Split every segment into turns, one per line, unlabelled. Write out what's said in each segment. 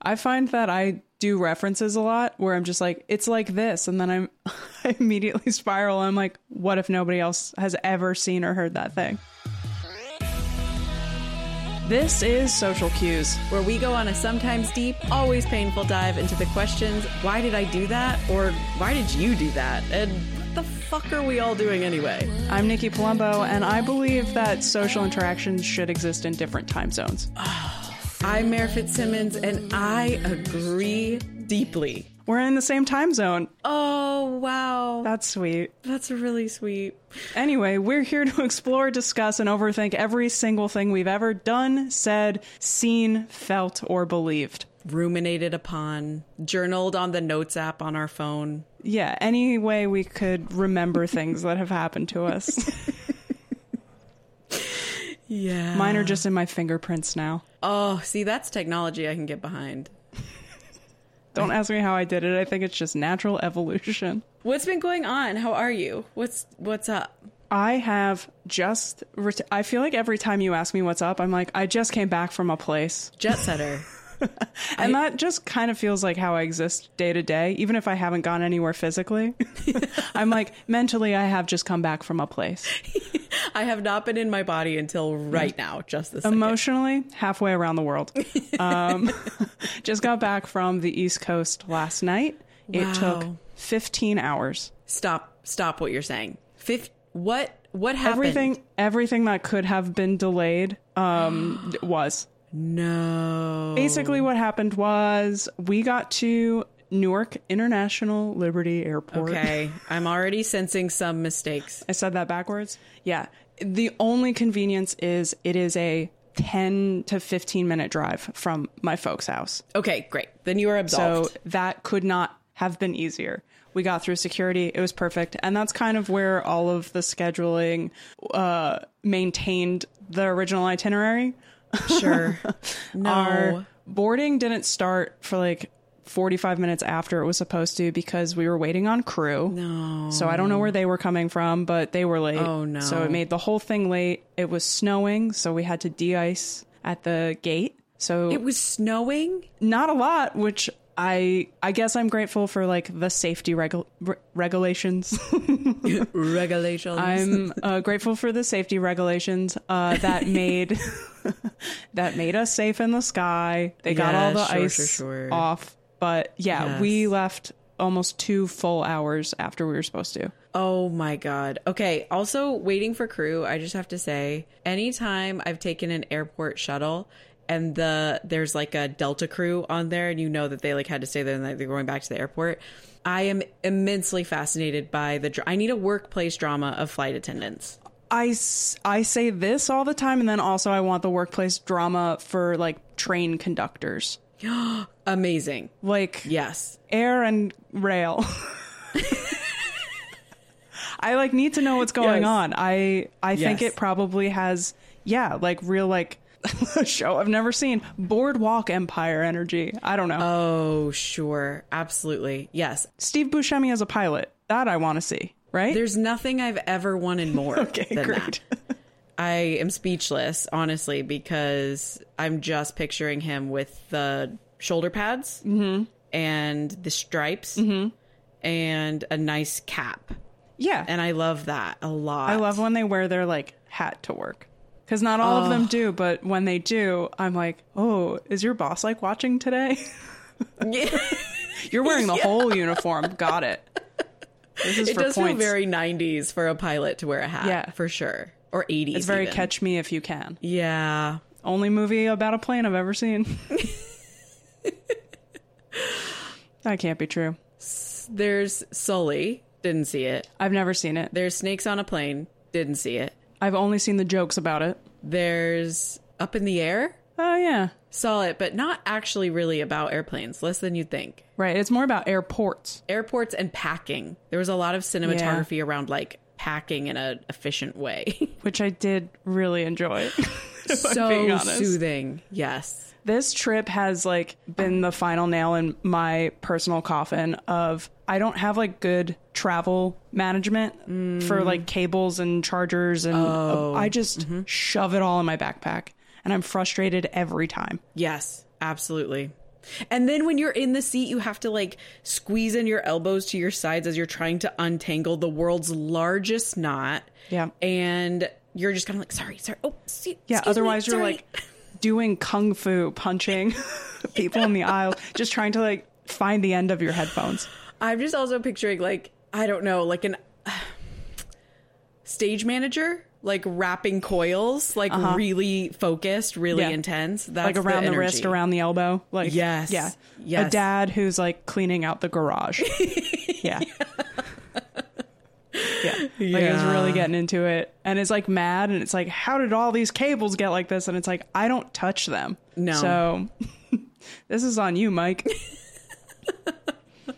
I find that I do references a lot where I'm just like, it's like this. And then I'm, I immediately spiral. I'm like, what if nobody else has ever seen or heard that thing? This is Social Cues.
where we go on a sometimes deep, always painful dive into the questions why did I do that? Or why did you do that? And what the fuck are we all doing anyway?
I'm Nikki Palumbo, and I believe that social interactions should exist in different time zones.
I'm Mayor Fitzsimmons and I agree deeply.
We're in the same time zone.
Oh, wow.
That's sweet.
That's really sweet.
Anyway, we're here to explore, discuss, and overthink every single thing we've ever done, said, seen, felt, or believed.
Ruminated upon, journaled on the notes app on our phone.
Yeah, any way we could remember things that have happened to us.
Yeah.
Mine are just in my fingerprints now.
Oh, see, that's technology I can get behind.
Don't ask me how I did it. I think it's just natural evolution.
What's been going on? How are you? What's what's up?
I have just. Ret- I feel like every time you ask me what's up, I'm like, I just came back from a place.
Jet setter.
And that just kind of feels like how I exist day to day, even if I haven't gone anywhere physically. I'm like, mentally, I have just come back from a place.
I have not been in my body until right now, just
Um,
this second.
Emotionally, halfway around the world. Um, just got back from the East Coast last night. It took
Wow.
15 hours.
Stop! Stop what you're saying. Fifth, what? What happened?
Everything, everything that could have been delayed um, was.
No.
Basically, what happened was we got to Newark International Liberty Airport.
Okay, I'm already sensing some mistakes.
I said that backwards. Yeah. The only convenience is it is a 10 to 15 minute drive from my folks' house.
Okay, great. Then you are absolved.
So that could not have been easier. We got through security. It was perfect. And that's kind of where all of the scheduling uh, maintained the original itinerary.
sure. No.
Our boarding didn't start for like 45 minutes after it was supposed to because we were waiting on crew.
no.
So I don't know where they were coming from, but they were late.
Oh, no.
So it made the whole thing late. It was snowing, so we had to de-ice at the gate. So
It was snowing.
not a lot, which I I guess I'm grateful for like the safety regu- re- regulations.
Regulations.
I'm uh, grateful for the safety regulations uh, that made that made us safe in the sky. They got
Yeah,
all the
sure, sure,
ice
sure.
off, but yeah, we
Yes.
left almost two full hours after we were supposed to.
Oh my God. Okay. Also, waiting for crew, I just have to say, anytime I've taken an airport shuttle and the there's like a Delta crew on there and you know that they like had to stay there and like, they're going back to the airport. I am immensely fascinated by the dr- I need a workplace drama of flight attendants.
I, s- I say this all the time, and then also I want the workplace drama for like train conductors,
Amazing.
like
Yes.
air and rail. I like need to know what's going
Yes.
on. I I think
Yes.
it probably has yeah like real like show I've never seen Boardwalk Empire energy. I don't know.
Oh, sure. Absolutely. Yes.
Steve Buscemi as a pilot that I want to see. Right?
There's nothing I've ever wanted more than that. I am speechless, honestly, because I'm just picturing him with the shoulder pads
Mm-hmm.
and the stripes and a nice cap.
Yeah,
And I love that a lot.
I love when they wear their like hat to work. Because not all
Oh.
of them do, but when they do, I'm like, oh, is your boss like watching today? You're wearing the whole uniform. Got it. This is
it
for
does
points.
feel very 90s for a pilot to wear a hat,
Yeah.
for sure. Or 80s.
it's very
even.
catch me if you can.
Yeah.
Only movie about a plane I've ever seen. that can't be true.
There's Sully. Didn't see it.
I've never seen it.
There's Snakes on a Plane. Didn't see it.
I've only seen the jokes about it.
There's Up in the Air.
Oh, yeah.
Saw it, but not actually really about airplanes. Less than you'd think.
Right. It's more about airports.
airports and packing. There was a lot of cinematography around like packing in an efficient way.
which I did really enjoy. if I'm being
so
honest.
soothing. Yes.
This trip has like been the final nail in my personal coffin of I don't have like good travel management
Mm.
for like cables and chargers and
Oh.
I just
Mm-hmm.
shove it all in my backpack and I'm frustrated every time.
Yes. Absolutely. And then when you're in the seat, you have to like squeeze in your elbows to your sides as you're trying to untangle the world's largest knot.
Yeah.
And you're just kind of like, sorry, sorry. Oh, see,
Yeah.
excuse me,
otherwise, you're
sorry."
like doing kung fu, punching people in the aisle, just trying to like find the end of your headphones.
I'm just also picturing like I don't know, like an stage manager, like wrapping coils, like really focused, really
Uh-huh. Yeah.
intense. That's
like around the,
energy.
wrist, around the elbow. Like
Yes.
yeah,
Yes.
A dad who's like cleaning out the garage. yeah. Yeah. Like is really
Yeah.
getting into it and is like mad and it's like, how did all these cables get like this? And it's like, I don't touch them.
No.
So this is on you, Mike.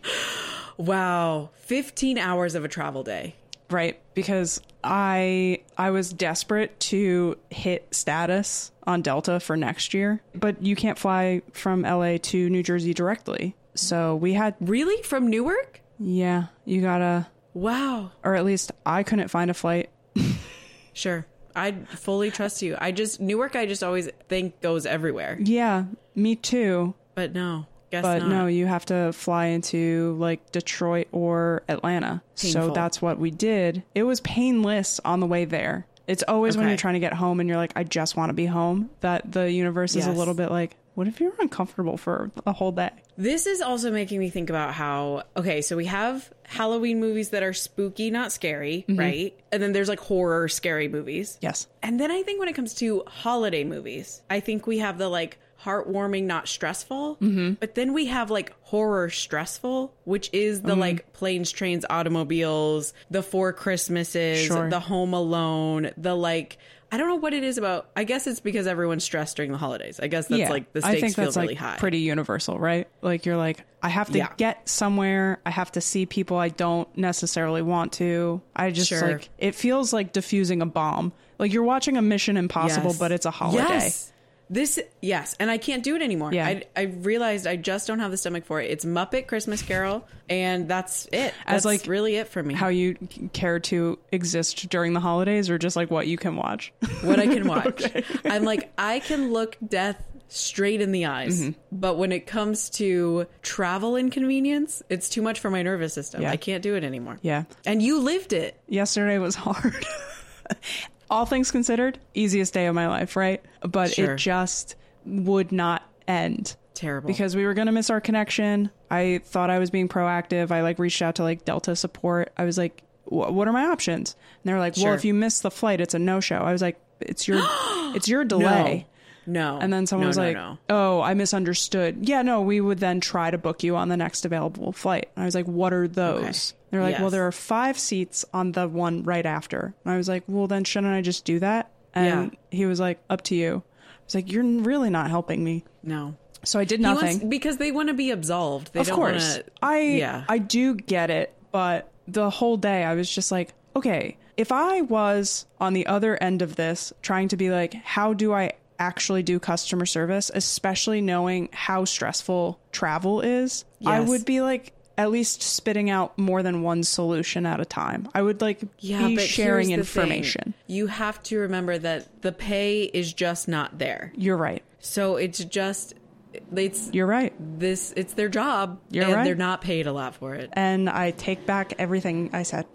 Wow, 15 hours of a travel day.
right because i i was desperate to hit status on delta for next year but you can't fly from la to new jersey directly so we had
Really, from Newark?
yeah you gotta
Wow.
or at least i couldn't find a flight
Sure. I fully trust you. I just Newark. I just always think goes everywhere,
yeah me too
but no, guess
but
not.
no you have to fly into like detroit or atlanta so
Painful.
that's what we did it was painless on the way there it's always when
Okay.
you're trying to get home and you're like i just want to be home that the universe is a
Yes.
little bit like what if you're uncomfortable for a whole day
This is also making me think about how okay, so we have Halloween movies that are spooky, not scary,
Mm-hmm.
right? And then there's like horror scary movies.
yes
And then I think when it comes to holiday movies, I think we have the like heartwarming, not stressful.
Mm-hmm.
But then we have like horror stressful, which is
Mm-hmm.
the like planes, trains, automobiles, the four Christmases,
Sure.
the home alone, the like I don't know what it is about. I guess it's because everyone's stressed during the holidays. I guess that's
yeah
like the
i
stakes
think
feel
that's
really
like
high.
pretty universal right like you're like i have to
Yeah.
get somewhere i have to see people i don't necessarily want to i just
Sure.
like it feels like diffusing a bomb like you're watching a mission impossible
Yes.
but it's a holiday
Yes. This yes, and I can't do it anymore.
Yeah.
I, I realized I just don't have the stomach for it. It's Muppet Christmas Carol, and that's it.
As,
That's
like,
really it for me.
how you care to exist during the holidays or just like what you can watch.
what I can watch, I'm like I can look death straight in the eyes,
Mm-hmm.
but when it comes to travel inconvenience, it's too much for my nervous system.
Yeah.
I can't do it anymore.
yeah.
And you lived it.
Yesterday was hard. All things considered, easiest day of my life, right? But
Sure.
it just would not end.
Terrible.
because we were going to miss our connection. I thought I was being proactive. I like reached out to like Delta support. I was like, "Wh- "What are my options?" And they were like,
Sure.
"Well, if you miss the flight, it's a no-show." I was like, "It's your it's your delay."
no.
And then someone
No,
was
no,
like,
no.
"Oh, I misunderstood." Yeah, no, we would then try to book you on the next available flight. And I was like, "What are those?" They're like, "Well,
Yes.
there are five seats on the one right after." And I was like, "Well, then shouldn't I just do that?" And he was like, "Up to you." I was like, "You're really not helping me."
no."
So I did
He
nothing
wants- because they want to be absolved. They
of
don't
course
Wanna,
i
yeah.
i do get it but the whole day i was just like okay if i was on the other end of this trying to be like how do i actually do customer service especially knowing how stressful travel is i
Yes.
would be like at least spitting out more than one solution at a time i would like
yeah,
be
but here's
sharing
the
information
thing. You have to remember that the pay is just not there.
you're right
So it's just it's
you're right
this it's their job
You're
and
right.
they're not paid a lot for it.
and i take back everything i said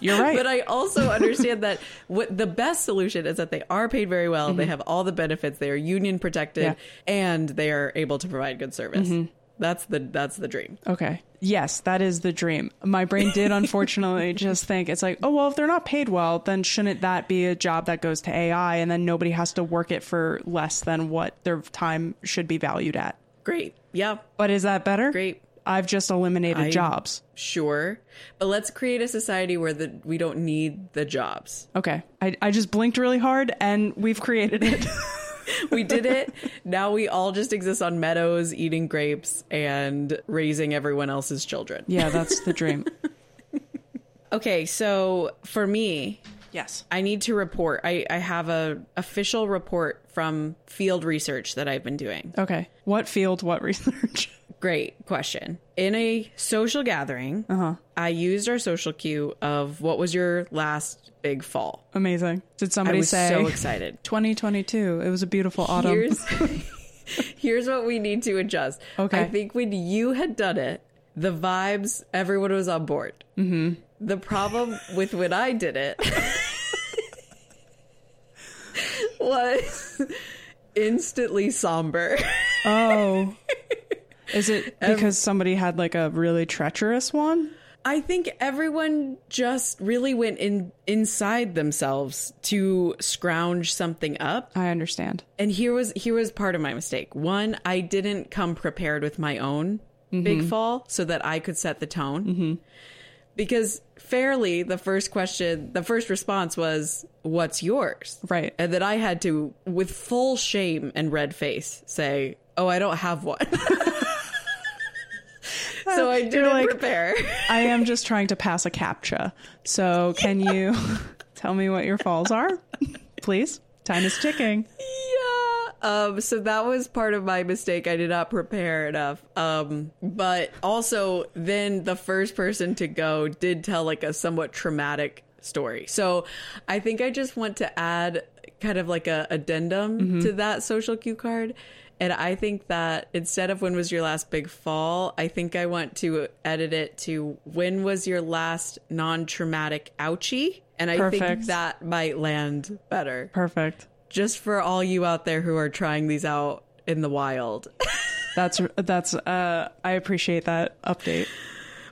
you're right
But I also understand that what the best solution is that they are paid very well, they have all the benefits, they are union
Mm-hmm.
protected
Yeah. Mm-hmm.
and they are able to provide good service. That's the that's the dream.
Okay. Yes, that is the dream. My brain did unfortunately just think it's like, oh well, if they're not paid well, then shouldn't that be a job that goes to AI and then nobody has to work it for less than what their time should be valued at?
Great. Yeah.
But is that better?
Great.
I've just eliminated
I-
jobs.
Sure. But let's create a society where the, we don't need the jobs.
Okay. I, I just blinked really hard and we've created it.
we did it. Now we all just exist on meadows, eating grapes, and raising everyone else's children.
yeah, that's the dream.
Okay, so for me,
Yes.
I need to report. I, I have a official report from field research that I've been doing.
Okay. What field, what research?
Great question. In a social gathering,
Uh-huh.
I used our social cue of what was your last big fall.
Amazing. Did
I
somebody
was
say
so excited.
2022? It was a beautiful autumn.
Here's Here's what we need to adjust.
Okay.
I think when you had done it, the vibes, everyone was on board. Mm-hmm. The problem with when I did it was instantly somber.
Oh. Is it because somebody had like a really treacherous one?
I think everyone just really went in inside themselves to scrounge something up.
I understand.
And here was here was part of my mistake. One, I didn't come prepared with my own
Mm-hmm.
big fall so that I could set the tone. Because fairly, the first question, the first response was, "What's yours?"
Right.
and that I had to, with full shame and red face, say, "Oh, I don't have one." so I didn't
like-
prepare.
I am just trying to pass a CAPTCHA. So can you tell me what your falls are? Please. Time is ticking.
Yeah. Um, so that was part of my mistake. I did not prepare enough. Um, but also, then the first person to go did tell like a somewhat traumatic story. So I think I just want to add kind of like a addendum to that social cue card. And I think that instead of when was your last big fall, I think I want to edit it to when was your last non traumatic ouchie? And I
Perfect.
think that might land better
Perfect.
just for all you out there who are trying these out in the wild.
That's that's uh I appreciate that update.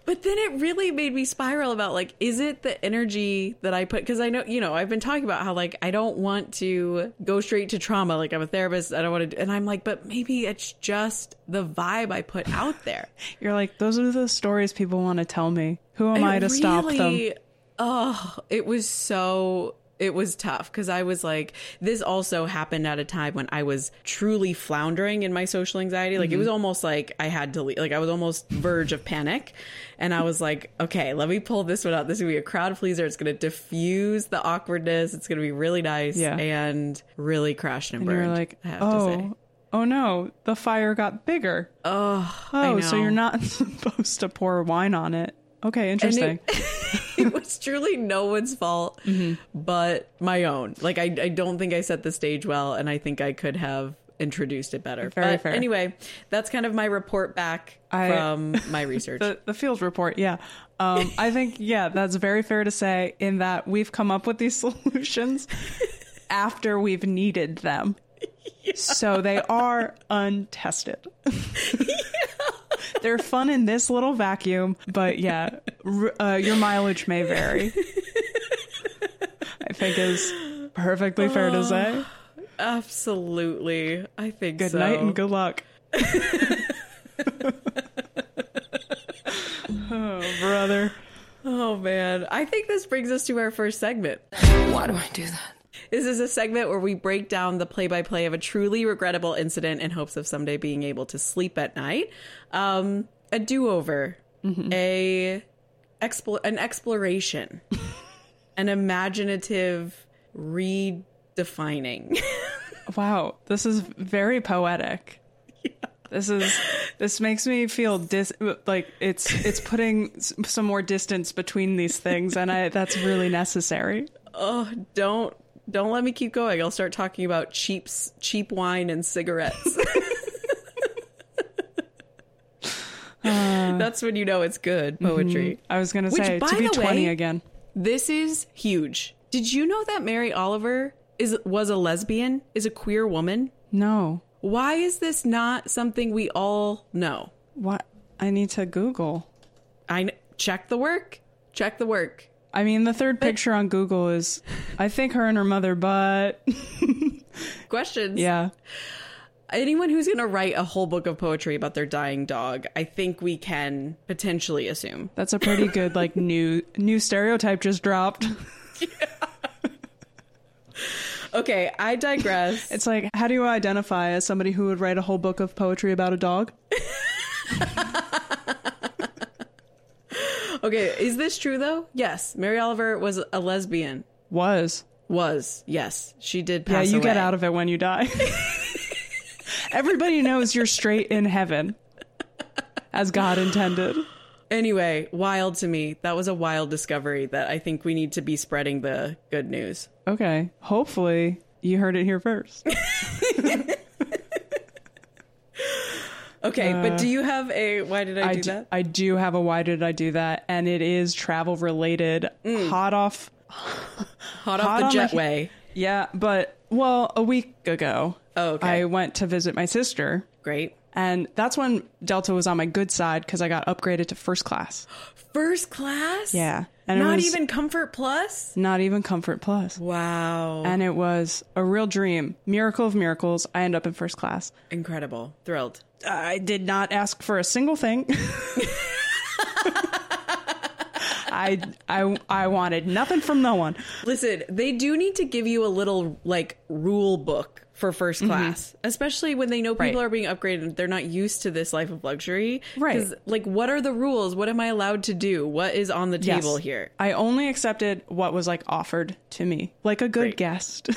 but then it really made me spiral about like, is it the energy that I put? Because I know, you know, I've been talking about how like I don't want to go straight to trauma. Like I'm a therapist, I don't want to. do- And I'm like, but maybe it's just the vibe I put out there.
You're like those are the stories people want to tell me. Who am I to stop them?
really- Oh, it was so it was tough because I was like, this also happened at a time when I was truly floundering in my social anxiety.
Mm-hmm.
Like it was almost like I had to leave, like I was almost verge of panic, and I was like, okay, let me pull this one out. This is gonna be a crowd pleaser. It's gonna diffuse the awkwardness. It's gonna be really nice.
Yeah.
and really crashed and
And
burned.
you're like,
I have to say.
oh, oh no, the fire got bigger.
Oh, I
Oh, so
know.
you're not supposed to pour wine on it. Okay, interesting.
it was truly no one's fault
Mm-hmm.
but my own. Like I, I don't think I set the stage well, and I think I could have introduced it better.
Very
but
fair.
anyway, that's kind of my report back
I-
from my research.
the, the field report, yeah. Um, I think, yeah, that's very fair to say in that we've come up with these solutions after we've needed them. So they are untested. They're fun in this little vacuum, but yeah, r- uh, your mileage may vary. I think is perfectly fair to
Oh,
say.
Absolutely, I think
Good
so.
night and good luck. oh, brother.
Oh man, I think this brings us to our first segment.
Why do I do that?
This is a segment where we break down the play by play of a truly regrettable incident in hopes of someday being able to sleep at night. Um, a do over, a expl- an exploration, an imaginative redefining.
Wow, this is very poetic. This is this makes me feel dis like it's it's putting s- some more distance between these things, and I that's really necessary.
oh, don't don't let me keep going. I'll start talking about cheap s- cheap wine and cigarettes. That's when you know it's good poetry.
I was gonna
Which,
say
by
to be
the way-
twenty again.
This is huge. Did you know that Mary Oliver is was a lesbian, is a queer woman?
No,
Why is this not something we all know?
what I need to Google.
I kn- check the work. Check the work.
I mean, the third picture on Google is I think her and her mother, but
Questions.
yeah,
Anyone who's going to write a whole book of poetry about their dying dog, I think we can potentially assume.
that's a pretty good like new new stereotype just dropped.
Okay, I digress.
It's like how do you identify as somebody who would write a whole book of poetry about a dog?
okay, is this true though? Yes, Mary Oliver was a lesbian.
Was
Was. Yes, she did
Yeah,
pass
you get
away.
out of it when you die. Everybody knows you're straight in heaven, as God intended.
Anyway, wild to me. That was a wild discovery that I think we need to be spreading the good news.
Okay, hopefully you heard it here first.
Okay, but do you have a why did I,
Uh, I
do,
d-
that?
I do have a why did I do that? And it is travel related,
Mm.
hot off.
Hot,
hot
off
on my-
the jetway.
Yeah, but well, a week ago,
Oh, okay.
I went to visit my sister,
Great.
and that's when Delta was on my good side because I got upgraded to first class.
First class?
Yeah, and it
Not
was-
even comfort plus?
Not even Comfort Plus.
Wow.
And it was a real dream. Miracle of miracles. I end up in first class.
Incredible. Thrilled.
I did not ask for a single thing. I, I, I wanted nothing from no one.
Listen, they do need to give you a little like rule book for first class, especially when they know people
Mm-hmm. Right.
are being upgraded. They're not used to this life of luxury.
Right.
'Cause, Like, what are the rules? What am I allowed to do? What is on the
Yes.
table here?
I only accepted what was like offered to me, like a good guest.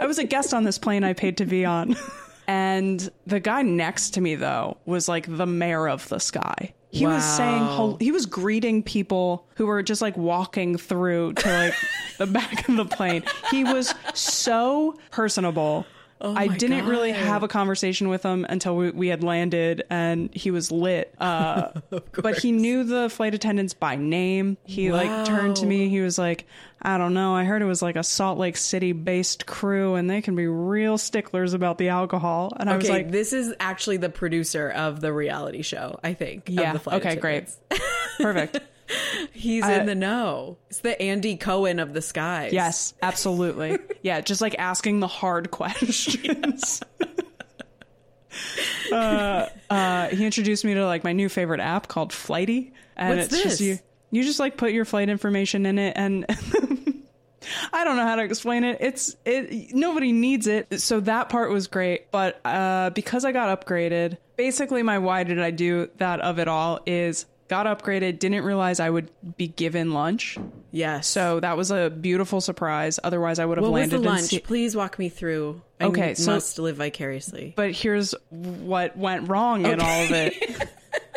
I was a guest on this plane I paid to be on. And the guy next to me though was like the mayor of the sky. He was saying
Wow.
hol- he was greeting people who were just like walking through to like the back of the plane. He was so personable. I
Oh my
didn't really
God.
have a conversation with him until we, we had landed and he was lit. Uh, but he knew the flight attendants by name. He like turned to me. He was like, I don't know. I heard it was like a Salt Lake City based crew and they can be real sticklers about the alcohol. And I was
Okay,
like,
this is actually the producer of the reality show, I think. of
yeah,
the flight
okay, great.
attendants.
Perfect.
He's in the know. It's the Andy Cohen of the skies.
Yes, absolutely. Yeah, just like asking the hard questions. uh, uh, he introduced me to like my new favorite app called Flighty, and
What's
it's just
this?
you. You just like put your flight information in it, and I don't know how to explain it. It's it. Nobody needs it, so that part was great. But uh, because I got upgraded, basically my why did I do that of it all is got upgraded. Didn't realize I would be given lunch.
Yes.
So that was a beautiful surprise. Otherwise, I would have
what was
landed
the
in
lunch?
Se-
Please walk me through. I
Okay, so-
must live vicariously.
but here's what went wrong in all of it.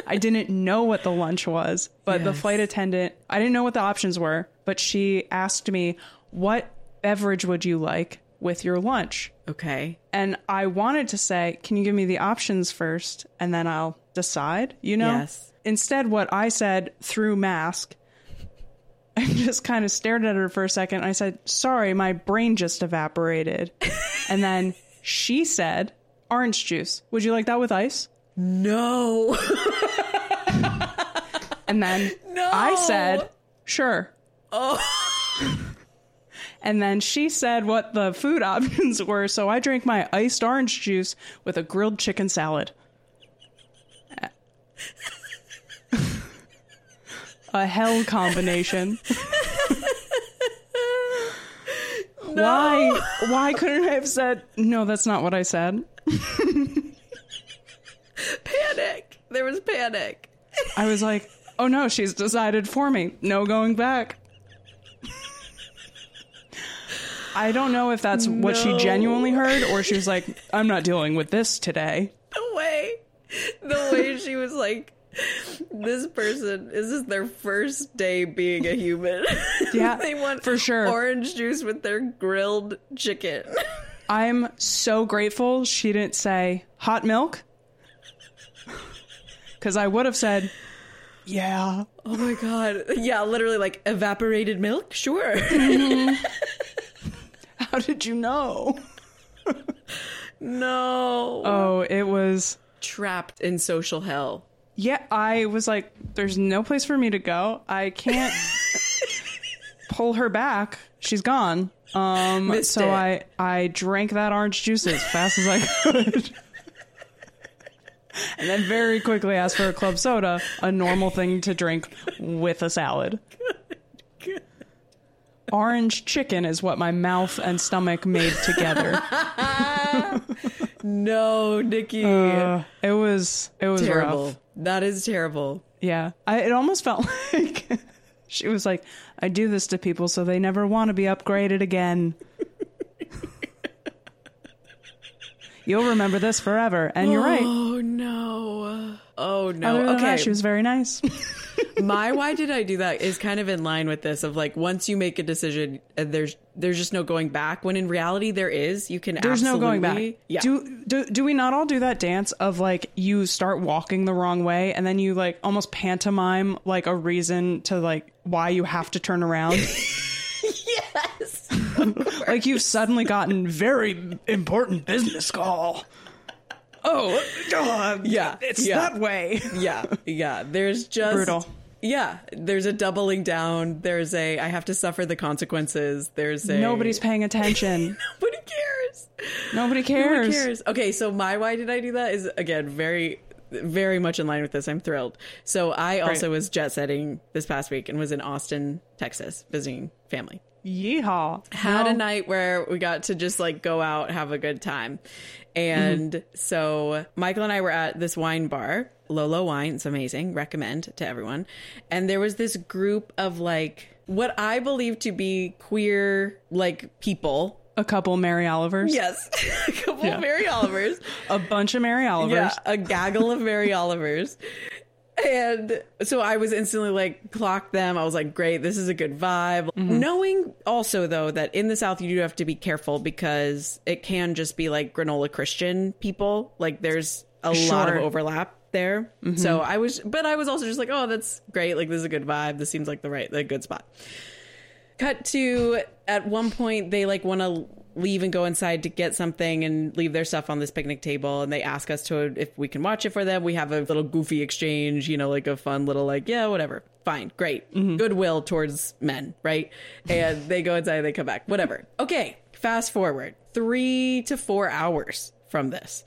I didn't know what the lunch was, but the
Yes.
flight attendant, I didn't know what the options were, but she asked me, What beverage would you like with your lunch?
okay.
And I wanted to say, Can you give me the options first? And then I'll decide, you know?
Yes.
Instead, what I said through mask, I just kind of stared at her for a second. I said, Sorry, my brain just evaporated. and then she said, Orange juice. Would you like that with ice?
No.
And then I said, Sure. And then she said what the food options were, so I drank my iced orange juice with a grilled chicken salad. a hell combination. Why why couldn't I have said no, that's not what I said?
panic. There was panic.
I was like, "Oh no, she's decided for me. No going back." I don't know if that's what she
No.
genuinely heard or she was like, "I'm not dealing with this today."
The way, the way she was like, this person, is this their first day being a human?
Yeah,
they want
for sure.
orange juice with their grilled chicken.
I'm so grateful she didn't say hot milk cuz I would have said, "Yeah."
Oh my god. Yeah, literally like evaporated milk? Sure.
How did you know?
no.
Oh, it was
Trapped in social hell.
Yeah, I was like, there's no place for me to go. I can't pull her back. She's gone. Um,
Missed
so
it.
I I drank that orange juice as fast as I could. and then very quickly asked for a club soda, a normal thing to drink with a salad. Orange chicken is what my mouth and stomach made together.
No, Nikki.
Uh, it was it was
terrible.
rough.
That is terrible.
Yeah. I, it almost felt like she was like, I do this to people so they never want to be upgraded again. You'll remember this forever. And you're right.
Oh no. Oh no.
Other than
okay.
that, she was very nice.
my why did I do that is kind of in line with this of like once you make a decision uh, there's there's just no going back when in reality there is you can
There's no going back.
absolutely- yeah
Do, do do we not all do that dance of like you start walking the wrong way and then you like almost pantomime like a reason to like why you have to turn around?
yes
like you've suddenly gotten very important business call. Oh, God.
Yeah,
It's
yeah.
that way.
yeah yeah there's just
Brutal.
yeah there's a doubling down there's a I have to suffer the consequences there's a
Nobody's paying attention.
nobody cares
Nobody
Who
cares.
cares? Okay, so my why did I do that is again very very much in line with this. I'm thrilled. So I also was jet setting this past week and was in Austin, Texas, visiting family.
Yeehaw.
Had a night where we got to just like go out, have a good time. And so Michael and I were at this wine bar, Lolo Wine. It's amazing. Recommend to everyone. And there was this group of like what I believe to be queer like people.
A couple Mary Olivers.
Yes, a couple
Yeah.
of Mary Olivers.
A bunch of Mary Olivers.
Yeah, a gaggle of Mary Olivers. And so I was instantly like, clocked them. I was like, great, this is a good vibe.
Mm-hmm.
Knowing also, though, that in the South, you do have to be careful because it can just be like granola Christian people. Like, there's a lot of
Sure. Mm-hmm.
overlap there. So I was, but I was also just like, oh, that's great. Like, this is a good vibe. This seems like the right, the good spot cut to at one point they like want to leave and go inside to get something and leave their stuff on this picnic table and they ask us to if we can watch it for them we have a little goofy exchange you know like a fun little like yeah whatever fine great goodwill towards men right and they go inside they come back whatever okay fast forward three to four hours from this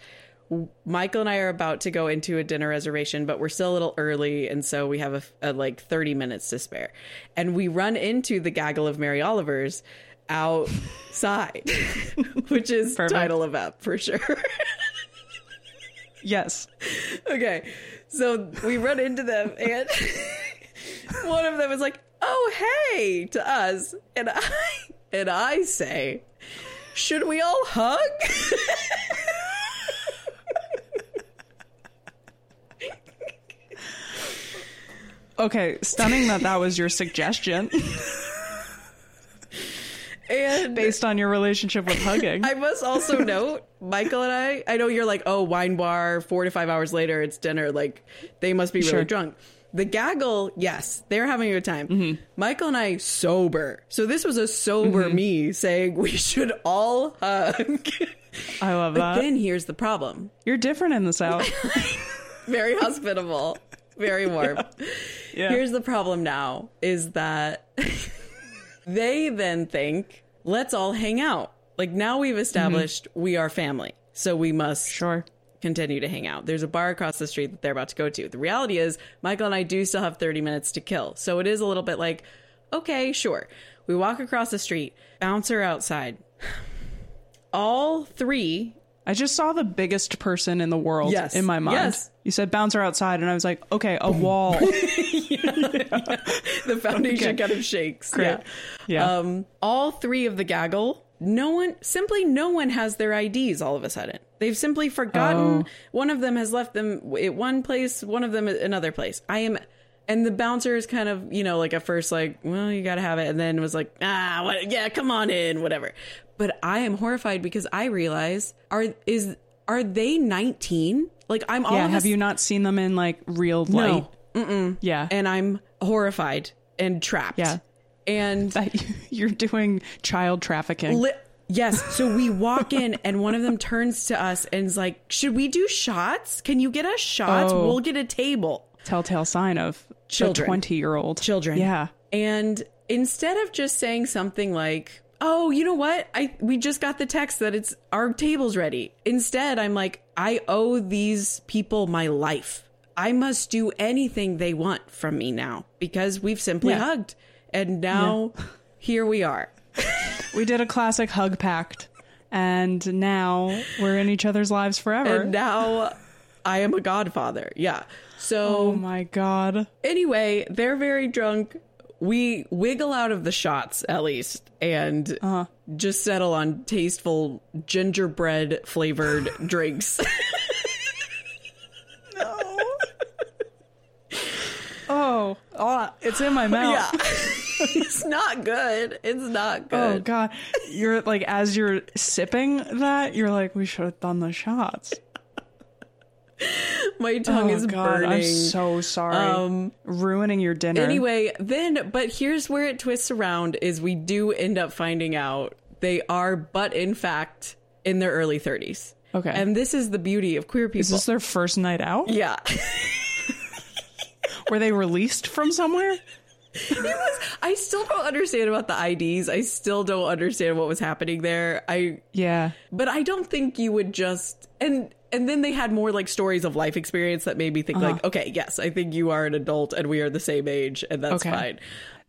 Michael and I are about to go into a dinner reservation, but we're still a little early, and so we have a, a, like thirty minutes to spare. And we run into the gaggle of Mary Olivers outside, which is
Perfect.
title of up for sure.
Yes.
okay, so we run into them, and one of them is like, "Oh hey" to us, and I and I say, "Should we all hug?"
Okay. Stunning that that was your suggestion
And
based on your relationship with hugging.
I must also note, Michael and I, I know you're like, oh, wine bar, four to five hours later, it's dinner. Like, they must be really
Sure.
drunk. The gaggle, yes, they're having a good time.
Mm-hmm.
Michael and I, sober. So this was a sober me saying we should all hug.
I love that.
then here's the problem
You're different in the South.
very hospitable, very warm.
Yeah.
Here's the problem now is that they then think, let's all hang out. Like now we've
Mm-hmm.
established we are family. So we must
Sure.
continue to hang out. There's a bar across the street that they're about to go to. The reality is, Michael and I do still have 30 minutes to kill. So it is a little bit like, okay, sure. We walk across the street, bouncer outside. All three
I just saw the biggest person in the world
Yes.
in my mind.
Yes.
You said bouncer outside, and I was like, okay, a wall.
the foundation
Okay.
kind of shakes.
Great. Yeah.
Um, all three of the gaggle, no one, simply no one has their IDs all of a sudden. They've simply forgotten.
Oh.
One of them has left them at one place, one of them at another place. I am, and the bouncer is kind of, you know, like at first, like, well, you got to have it. And then was like, ah, what, yeah, come on in, whatever. But I am horrified because I realize, are, is, are they 19? Like, I'm all
yeah.
of a
Have you not seen them in like real light? Mm-mm. Yeah.
and I'm horrified and trapped.
Yeah.
And
that you're doing child trafficking.
li- yes, so we walk in and one of them turns to us and is like, "Should we do shots? Can you get us shots?
Oh.
We'll get a table."
Telltale sign of
Children.
the 20 year old.
Children.
Yeah.
And instead of just saying something like, "Oh, you know what? I we just got the text that it's our table's ready." Instead, I'm like, "I owe these people my life. I must do anything they want from me now because we've simply
Yeah.
hugged." And now here we are.
We did a classic hug pact, and now we're in each other's lives forever.
and now I am a godfather. Yeah.
oh
So
my God.
anyway, they're very drunk. We wiggle out of the shots at least and
Uh-huh.
just settle on tasteful gingerbread flavored drinks.
Oh, oh, it's in my mouth.
Yeah. it's not good. It's not
Oh
good.
god, you're like as you're sipping that, you're like, we should have done the shots.
My tongue
oh
is
god,
burning.
I'm so sorry.
Um,
Ruining your dinner.
Anyway, then, but here's where it twists around is we do end up finding out they are, but in fact, in their early 30s.
Okay.
And this is the beauty of queer people.
is this their first night out?
yeah.
Were they released from somewhere?
I still don't understand about the IDs. I still don't understand what was happening there. I,
Yeah.
but I don't think you would just, and, and then they had more like stories of life experience that made me think
Uh-huh.
like, okay, yes, I think you are an adult and we are the same age and that's
Okay.
fine.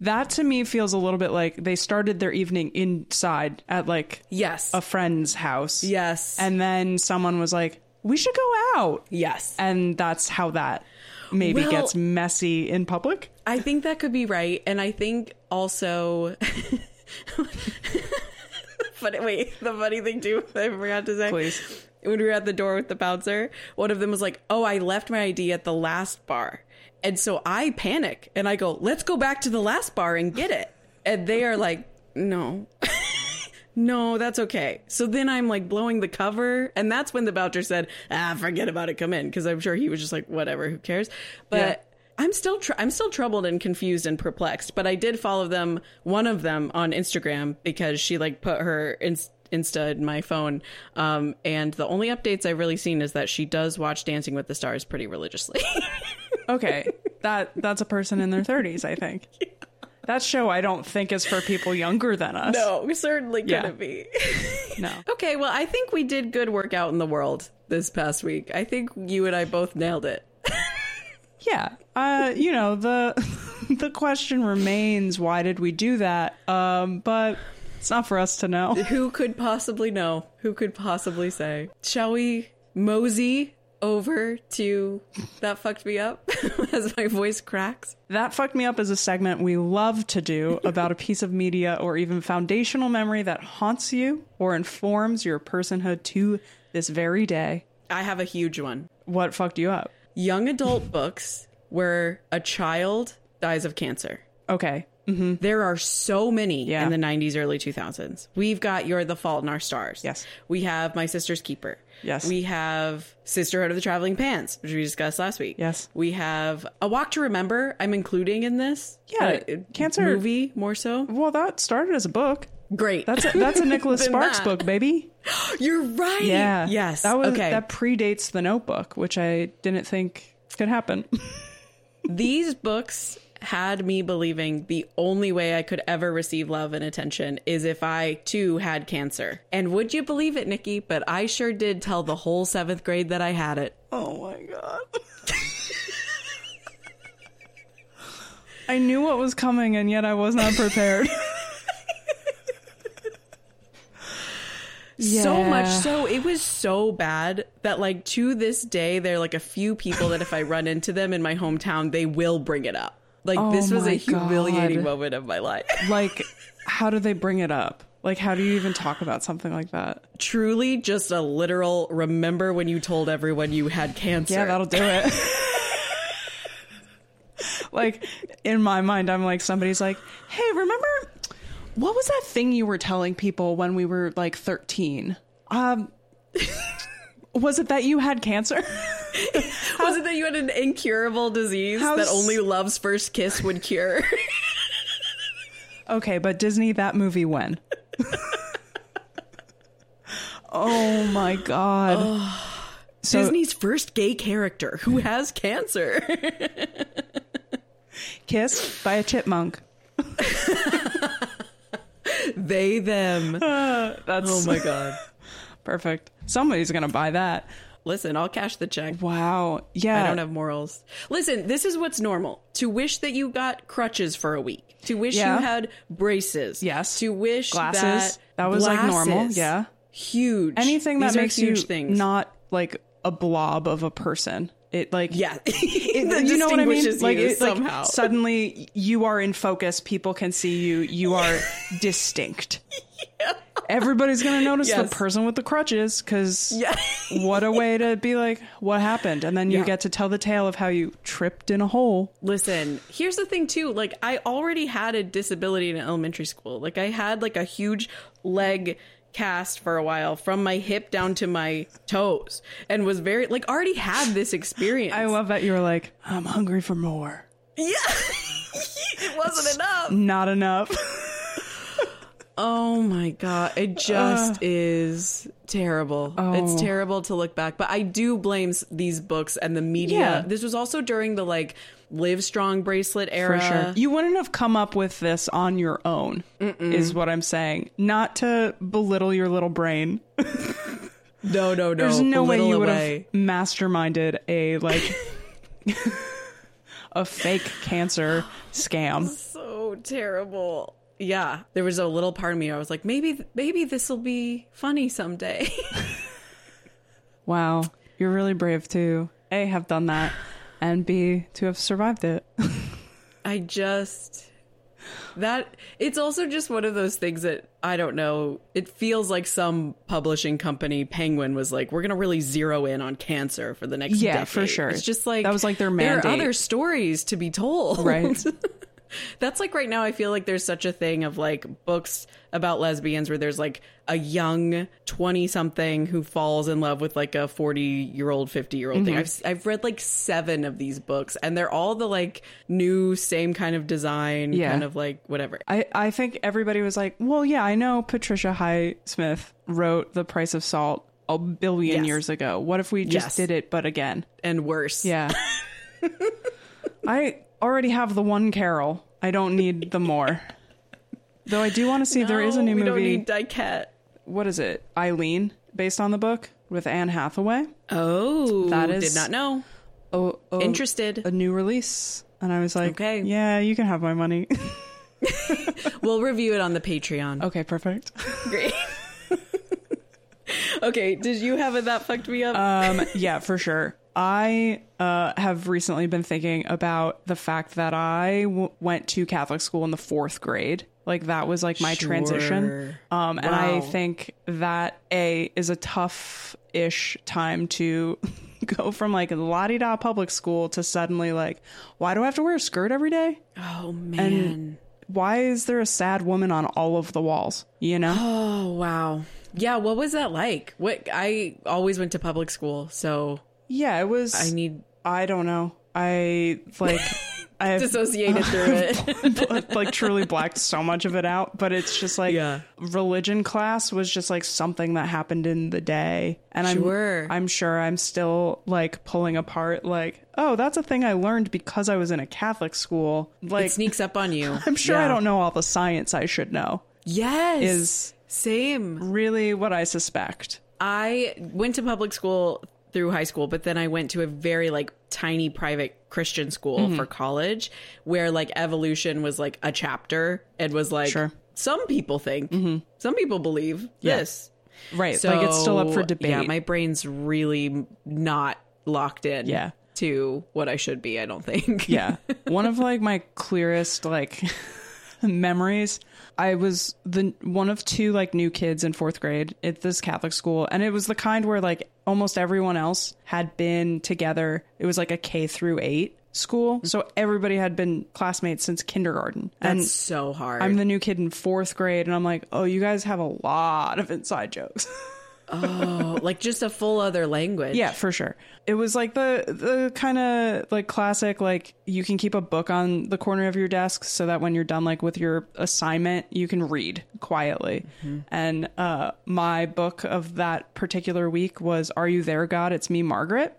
That to me feels a little bit like they started their evening inside at like
Yes.
a friend's house.
yes.
And then someone was like, we should go out.
yes.
And that's how that maybe
Well-
gets messy in public.
I think that could be right, and I think also. But wait, the funny thing too, I forgot to say.
Please.
When we were at the door with the bouncer, one of them was like, "Oh, I left my ID at the last bar," and so I panic and I go, "Let's go back to the last bar and get it." And they are like, "No." No, that's okay. So then I'm like blowing the cover, and that's when the voucher said, "Ah, forget about it. Come in," because I'm sure he was just like, "Whatever, who cares?" But
Yeah.
I'm still tr- I'm still troubled and confused and perplexed. But I did follow them, one of them on Instagram because she like put her in- Insta in my phone. Um, and the only updates I've really seen is that she does watch Dancing with the Stars pretty religiously.
Okay. that that's a person in their 30s, I think. That show I don't think is for people younger than us.
no, certainly
Yeah.
couldn't be.
No.
okay, well, I think we did good work out in the world this past week. I think you and I both nailed it.
Yeah. Uh, you know, the the question remains why did we do that? Um, but it's not for us to know.
Who could possibly know? Who could possibly say? Shall we mosey over to that fucked me up as my voice cracks?
That fucked me up is a segment we love to do about a piece of media or even foundational memory that haunts you or informs your personhood to this very day.
I have a huge one.
What fucked you up?
Young adult books where a child dies of cancer.
Okay.
There are so many
Yeah.
in the 90s, early 2000s. We've got You're the Fault in Our Stars.
Yes.
We have My Sister's Keeper.
Yes.
We have Sisterhood of the Traveling Pants, which we discussed last week.
Yes.
We have A Walk to Remember, I'm including in this.
Yeah,
uh,
cancer-
Movie more so.
Well, that started as a book.
Great.
That's a, that's a Nicholas
Than
Sparks
that.
book, baby.
You're right.
Yeah.
Yes.
That was
okay.
that predates The Notebook, which I didn't think could happen.
These books had me believing the only way I could ever receive love and attention is if I too had cancer. And would you believe it, Nikki? But I sure did tell the whole seventh grade that I had it.
Oh my god. I knew what was coming and yet I was not prepared.
So
Yeah.
much so it was so bad that like to this day there are like a few people that if I run into them in my hometown they will bring it up. Like this
Oh
was a
my
humiliating
God.
moment of my life.
like how do they bring it up? Like how do you even talk about something like that?
Truly just a literal remember when you told everyone you had cancer.
Yeah, that'll do it. like in my mind I'm like somebody's like, "Hey, remember what was that thing you were telling people when we were like 13?" Um was it that you had cancer?
Was it that you had an incurable disease
How
that
s-
only love's first kiss would cure?
Okay, but Disney, that movie when? oh my god. so
Disney's first gay character who has cancer.
Kiss by a Chipmunk.
they, them.
That's
Oh my God.
perfect. Somebody's gonna buy that.
Listen, I'll cash the check.
Wow. Yeah.
I don't have morals. Listen, this is what's normal to wish that you got crutches for a week, to wish
Yeah.
you had braces.
Yes.
To wish
Glasses.
That,
That was, like, normal. Yeah.
Huge.
Anything that
These are
makes
huge
you
things.
not like a blob of a person. It like
Yeah.
It-
that
you know what I mean?
distinguishes
like,
you
it- like,
somehow.
suddenly you are in focus. People can see you. You are distinct. Everybody's gonna notice
Yes.
the person with the crutches because
Yeah.
what a way to be like, what happened? And then you
Yeah.
get to tell the tale of how you tripped in a hole.
Listen, here's the thing too. Like I already had a disability in elementary school. Like I had like a huge leg cast for a while from my hip down to my toes and was very like already had this experience.
I love that you were like, I'm hungry for more.
Yeah. it wasn't enough.
Not enough.
Oh my god,
Uh.
it just is terrible.
Oh.
It's terrible to look back, but I do blame s- these books and the media.
Yeah.
This was also during the like Live Strong bracelet
for
era.
sure. You wouldn't have come up with this on your own, is what I'm saying. Not to belittle your little brain.
No, no, no.
There's no way
Oh, belittle
you would
away.
have masterminded a like a fake cancer scam.
so terrible. Yeah, there was a little part of me I was like, maybe, maybe this will be funny someday.
Wow, you're really brave to a have done that, and b to have survived it.
I just that it's also just one of those things that I don't know. It feels like some publishing company, Penguin, was like, we're gonna really zero in on cancer for the next
Yeah, for
decade."
sure.
It's just like
That was, like, their
There are
mandate.
other stories to be told,
Right.
That's like right now. I feel like there's such a thing of like books about lesbians where there's like a young twenty something who falls in love with like a forty year old, fifty year old
Mm-hmm.
thing. I've I've read like seven of these books, and they're all the like new, same kind of design,
Yeah.
kind of like whatever.
I, I think everybody was like, well, yeah, I know Patricia Highsmith wrote The Price of Salt a billion
Yes.
years ago. What if we just
Yes.
did it, but again?
And worse,
Yeah. I already have the one Carol. I don't need the more. Though I do want to see there is a
No,
new
we
movie.
don't need Diket.
What is it? Eileen, based on the book with Anne Hathaway.
Oh,
That is-
did not know.
Oh, oh
Interested.
a new release. And I was like,
Okay.
yeah, you can have my money.
we'll review it on the Patreon.
okay, perfect.
Great. okay, did you have it that fucked me up?
Um, yeah, for sure. I uh, have recently been thinking about the fact that I w- went to Catholic school in the fourth grade. Like that was like my transition.
Sure.
Um, And I
Wow.
think that a is a tough ish time to go from like la di da public school to suddenly like, why do I have to wear a skirt every day? Mm.
oh man.
Why is there a sad woman on all of the walls? You know.
Oh wow. Yeah, what was that like? What I always went to public school, so
yeah, it was.
I
I,
need
don't know. I like. I have
dissociated through it.
but, like truly blacked so much of it out but it's just like
Yeah.
religion class was just like something that happened in the day and
Sure.
i'm i'm sure i'm still like pulling apart like oh that's a thing i learned because i was in a catholic school like
It sneaks up on you.
i'm sure i don't know all the science i should know
Yes.
is
same.
really what i suspect
I went to public school through high school, but then I went to a very like tiny private Christian school
Mm-hmm.
for college where like evolution was like a chapter and was like
Sure. Mm-hmm.
some people think. Some people believe
Yeah.
this.
right like it's still up for
So,
debate
Yeah, my brain's really not locked in.
Yeah.
To what I should be, I don't think.
yeah one of like my clearest like memories i was the one of two like new kids in fourth grade at this catholic school and it was the kind where like almost everyone else had been together it was like a k through eight school so everybody had been classmates since kindergarten
That's
and
so hard.
i'm the new kid in fourth grade and i'm like oh you guys have a lot of inside jokes
oh, like just a full other language.
Yeah, for sure. It was like the the kind of like classic like you can keep a book on the corner of your desk so that when you're done like with your assignment, you can read quietly. And uh my book of that particular week was Are You There God? It's Me Margaret.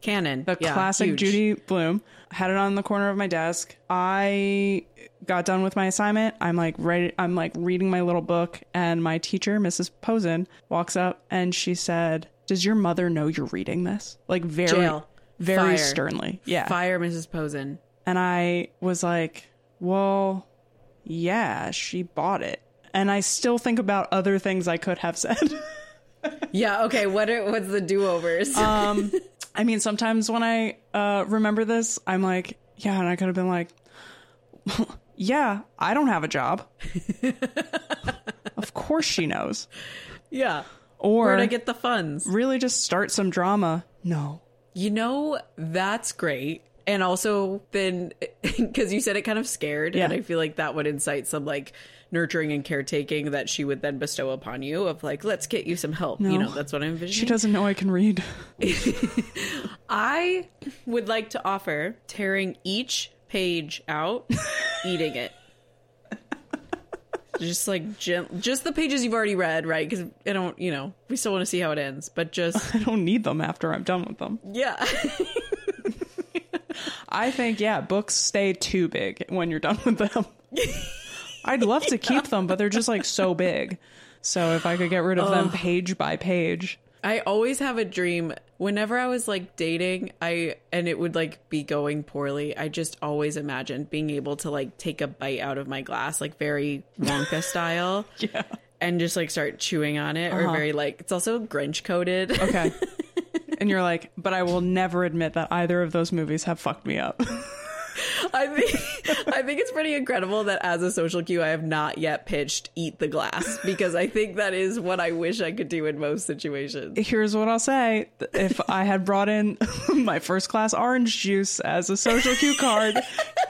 Canon.
The classic Judy Bloom. Had it on the corner of my desk. I got done with my assignment. I'm like right I'm like reading my little book and my teacher, Mrs. Posen, walks up and she said, "Does your mother know you're reading this?" Like very
Jail.
very
Fire.
sternly. Yeah.
Fire Mrs. Posen.
And I was like, "Well, yeah, she bought it." And I still think about other things I could have said.
Yeah. Okay. What are what's the do overs?
Um, I mean, sometimes when I uh, remember this, I'm like, yeah, and I could have been like, yeah, I don't have a job. of course she knows.
Yeah.
Or
Where'd I get the funds?
really just start some drama. No.
You know, that's great. And also, then, because you said it kind of scared, and
Yeah.
I feel like that would incite some like nurturing and caretaking that she would then bestow upon you of like, let's get you some help. You
No.
know, that's what I'm envisioning.
She doesn't know I can read.
I would like to offer tearing each page out, eating it. Just like gent- just the pages you've already read, right? Because I don't, you know, we still want to see how it ends, but just
I don't need them after I'm done with them.
yeah,
I think, yeah, books stay too big when you're done with them. I'd love to keep them, but they're just like so big. So if I could get rid of them page by page,
I always have a dream whenever I was like dating, I and it would like be going poorly. I just always imagined being able to like take a bite out of my glass, like very Wonka style,
yeah. Uh-huh.
and just like start chewing on it, or very like it's also Grinch coated.
Okay. And you're like, but I will never admit that either of those movies have fucked me up.
I think I think it's pretty incredible that as a social cue I have not yet pitched eat the glass because I think that is what I wish I could do in most situations.
Here's what I'll say. If I had brought in my first class orange juice as a social cue card,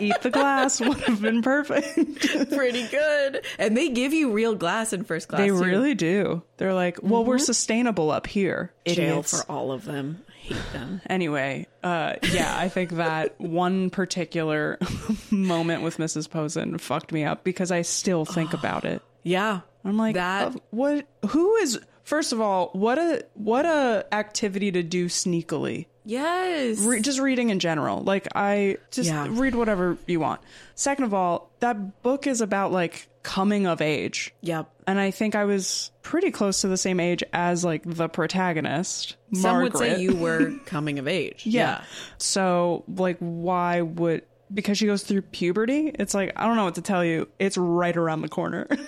eat the glass would have been perfect.
pretty good. And they give you real glass in first class.
They
too.
really do. They're like, well, we're sustainable up here.
jail
Idiots.
for all of them. I hate them.
Anyway, uh, yeah, I think that one particular moment with Mrs. Posen fucked me up because I still think about it.
Yeah.
I'm like,
that
uh, what? Who is? First of all, what a what a activity to do sneakily.
yes.
Re- just reading in general. Like I just
Yeah.
read whatever you want. Second of all, that book is about like coming of age.
yep.
And I think I was pretty close to the same age as like the protagonist,
Some
Margaret.
would say you were coming of age.
Yeah. So, like, why would. Because she goes through puberty, it's like, I don't know what to tell you. It's right around the corner.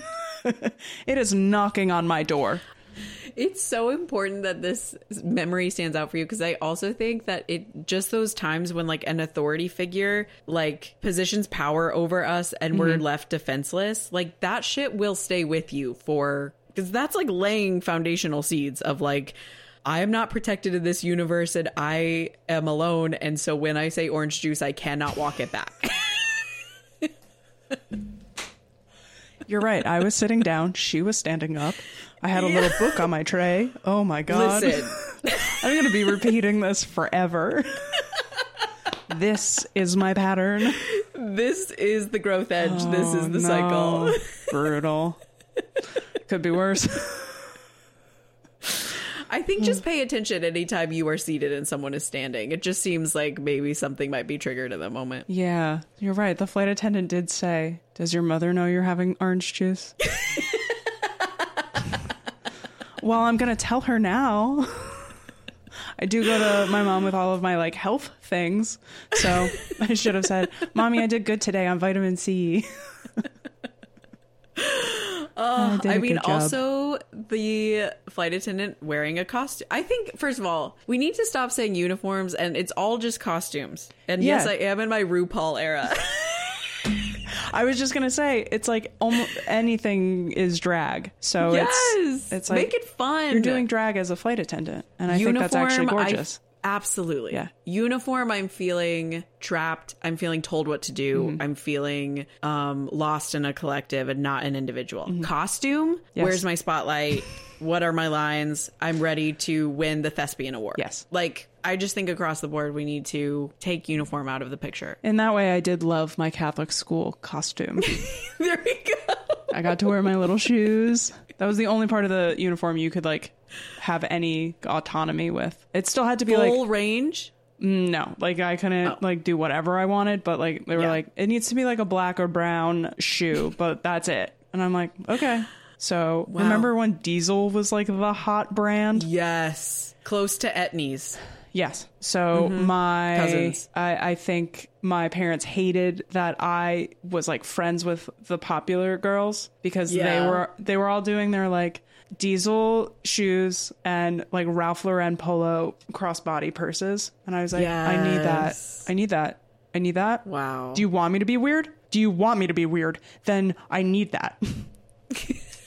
it is knocking on my door.
It's so important that this memory stands out for you because I also think that it just those times when like an authority figure like positions power over us and we're
Mm-hmm.
left defenseless, like that shit will stay with you for because that's like laying foundational seeds of like I am not protected in this universe and I am alone and so when I say orange juice I cannot walk it back.
You're right. I was sitting down. She was standing up. I had a little book on my tray. Oh my God.
Listen.
I'm going to be repeating this forever. this is my pattern.
This is the growth edge. this
Oh,
is
no.
the cycle.
Brutal. Could be worse.
I think
Mm.
just pay attention anytime you are seated and someone is standing. It just seems like maybe something might be triggered at that moment.
Yeah, you're right. The flight attendant did say, Does your mother know you're having orange juice? well, I'm going to tell her now. I do go to my mom with all of my like health things. So I should have said, Mommy, I did good today on vitamin C. I, did
I
a
mean,
good job.
also the flight attendant wearing a costume. I think, first of all, we need to stop saying uniforms and it's all just costumes. And yes,
Yeah.
I am in my RuPaul era.
I was just going to say, it's like almost anything is drag. So
yes.
it's, it's like
Make it fun.
you're doing drag as a flight attendant. And I think that's actually
I-
gorgeous.
absolutely.
Yeah.
Uniform, I'm feeling trapped. I'm feeling told what to do.
Mm-hmm.
I'm feeling um, lost in a collective and not an individual. Costume,
Mm-hmm. Yes.
where's my spotlight? what are my lines? I'm ready to win the thespian award.
Yes.
Like, I just think across the board, we need to take uniform out of the picture.
In that way, I did love my Catholic school costume.
there we go.
I got to wear my little shoes. That was the only part of the uniform you could like have any autonomy with. It still had to be
Full
like mm,
range.
no, like I couldn't like do whatever I wanted. But like they were
Yeah.
like it needs to be like a black or brown shoe, but that's it. And I'm like okay. So remember when Diesel was like the hot brand?
Yes. Close to Etnies.
Yes. So my
Mm-hmm. Cousins.
I, I think my parents hated that I was like friends with the popular girls because
Yeah.
they were they were all doing their like diesel shoes and like Ralph Lauren polo crossbody purses. And I was like, I need that.
Yes.
I need that. I need that.
Wow.
Do you want me to be weird? Do you want me to be weird? Then I need that.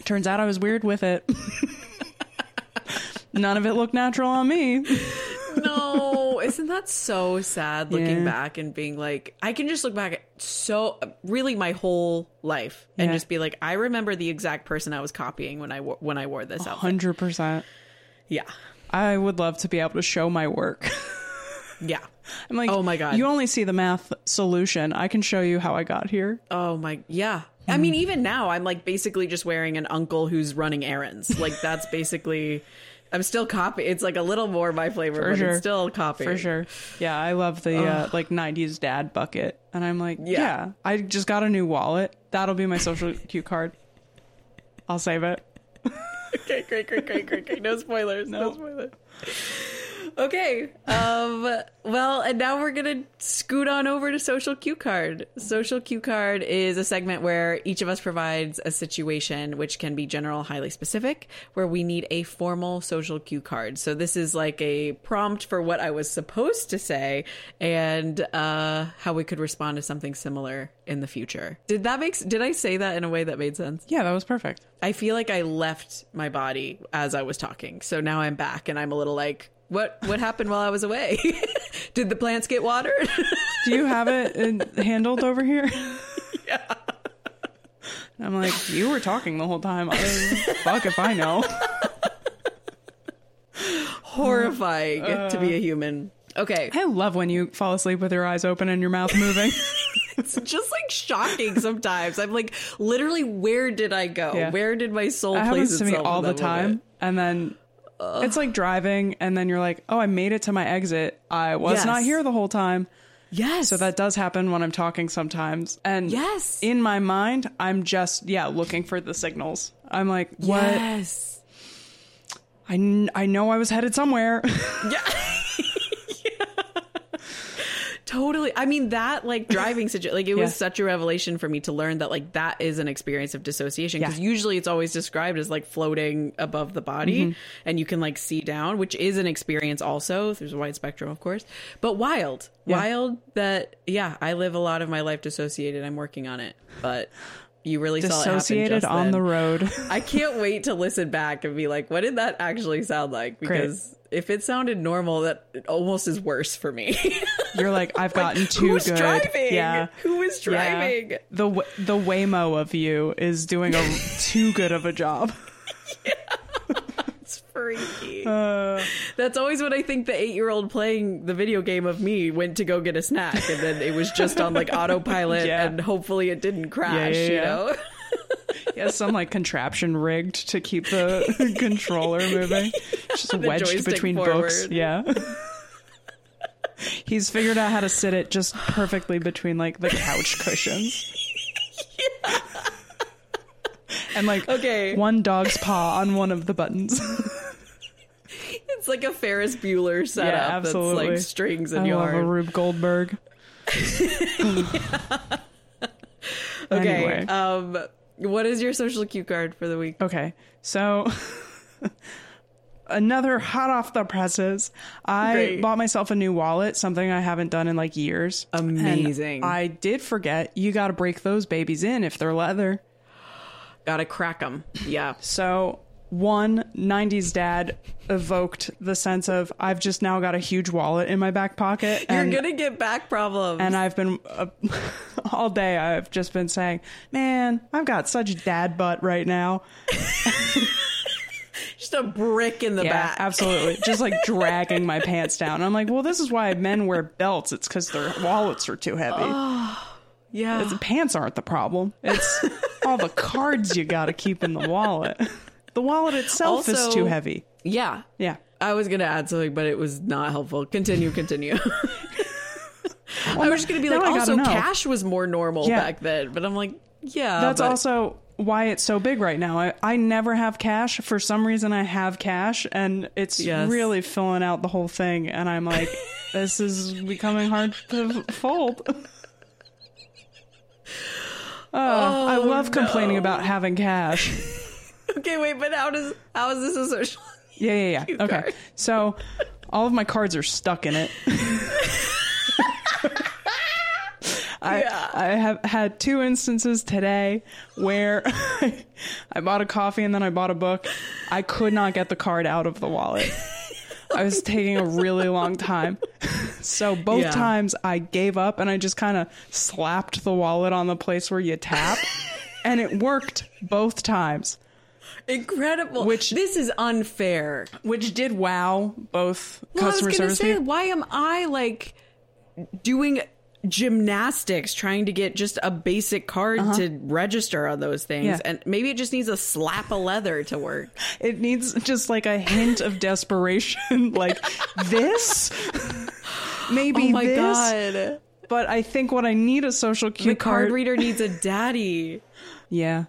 Turns out I was weird with it. None of it looked natural on me.
no, isn't that so sad looking
Yeah.
back and being like, I can just look back at so really my whole life and
Yeah.
just be like, I remember the exact person I was copying when I wo- when I wore this outfit.
100%.
Yeah,
I would love to be able to show my work.
yeah.
I'm like,
Oh my God.
You only see the math solution. I can show you how I got here.
Oh my, yeah. I mean, even now, I'm like basically just wearing an uncle who's running errands. Like that's basically. I'm still copy. It's like a little more my flavor, but
sure.
it's still copy
For sure. Yeah, I love the uh, like 90s dad bucket. And I'm like, yeah.
Yeah.
I just got a new wallet. That'll be my social cue card. I'll save it.
Okay, great, great, great, great, great. No spoilers. No,
No.
spoilers. Okay. Um. Well, and now we're gonna scoot on over to social cue card. Social cue card is a segment where each of us provides a situation, which can be general, highly specific, where we need a formal social cue card. So this is like a prompt for what I was supposed to say and uh, how we could respond to something similar in the future. Did that make? s- Did I say that in a way that made sense?
Yeah, that was perfect.
I feel like I left my body as I was talking. So now I'm back and I'm a little like, what what happened while I was away? Did the plants get watered?
Do you have it in, handled over here? Yeah. I'm like, you were talking the whole time. I, fuck if I know.
Horrifying to be a human. Okay.
I love when you fall asleep with your eyes open and your mouth moving.
It's just like shocking sometimes. I'm like, literally, where did I go?
Yeah.
Where did my soul
That happens
place
to
itself?
me
in
all the
that
time.
moment?
And then it's like driving, and then you're like, oh, I made it to my exit. I was
Yes.
not here the whole time.
Yes.
So that does happen when I'm talking sometimes. And
Yes.
in my mind, I'm just, yeah, looking for the signals. I'm like, what?
Yes.
I, kn- I know I was headed somewhere.
Totally. I mean that like driving situation like it
Yeah.
was such a revelation for me to learn that like that is an experience of dissociation because
Yeah.
usually it's always described as like floating above the body
Mm-hmm.
and you can like see down, which is an experience also. There's a wide spectrum, of course. But wild.
Yeah.
Wild that yeah, I live a lot of my life dissociated. I'm working on it. But you really saw it happen
Dissociated
just
on
then.
the road.
I can't wait to listen back and be like, what did that actually sound like? Because if it sounded normal, that almost is worse for me.
You're like, I've gotten too
Who's
good.
driving?
Yeah.
Who is
Yeah.
driving?
The w- the Waymo of you is doing a too good of a job.
It's freaky.
Uh,
That's always what I think the eight year old playing the video game of me went to go get a snack. And then it was just on like autopilot
Yeah.
and hopefully it didn't crash,
Yeah, yeah,
you
yeah.
know?
yeah, some like contraption rigged to keep the controller moving. Just wedged
joystick
between books.
forward.
Yeah. He's figured out how to sit it just perfectly between like the couch cushions. And like
Okay.
one dog's paw on one of the buttons.
It's like a Ferris Bueller setup that's
absolutely.
like strings and
I love a
yarn.
Rube Goldberg.
okay.
Anyway.
Um, what is your social cue card for the week?
Okay, so another hot off the presses. I
Great.
bought myself a new wallet, something I haven't done in like years. And
Amazing.
I did forget you got to break those babies in if they're leather.
Gotta crack them. Yeah.
So, one 90s dad evoked the sense of I've just now got a huge wallet in my back pocket.
You're
and
gonna get back problems.
and I've been uh, all day. I've just been saying, "Man, I've got such dad butt right now."
just a brick in the back.
absolutely. Just like dragging my pants down. I'm like, well, this is why men wear belts. It's because their wallets are too heavy.
Oh. Yeah.
The pants aren't the problem. It's all the cards you got to keep in the wallet. The wallet itself
Also-
is too heavy.
yeah.
Yeah.
I was gonna add something, but it was not helpful. Continue, continue. I was just gonna be
now
like,
I gotta
also
know.
cash was more normal
Yeah.
back then, but I'm like, yeah,
That's
but-
also why it's so big right now. I, I never have cash. For some reason, I have cash, and it's
Yes.
really filling out the whole thing. And I'm like, this is becoming hard to fold. Oh, I love complaining about having cash.
okay. Wait, but how does how is this a social?
Yeah, yeah, yeah. Okay.
card.
So all of my cards are stuck in it. I
Yeah.
I have had two instances today where I bought a coffee and then I bought a book. I could not get the card out of the wallet. I was taking a really long time. So both
Yeah.
times I gave up and I just kind of slapped the wallet on the place where you tap and it worked both times,
Incredible.
Which-
this is unfair.
which did wow both
Well,
customer
I was gonna
service
say,
people.
why am I like doing gymnastics trying to get just a basic card to register on those things?
Uh-huh. Yeah.
And maybe it just needs a slap of leather to work.
It needs just like a hint of desperation, like this, maybe
Oh my
this.
god.
But I think what I need a social cue
The card reader needs a daddy.
Yeah.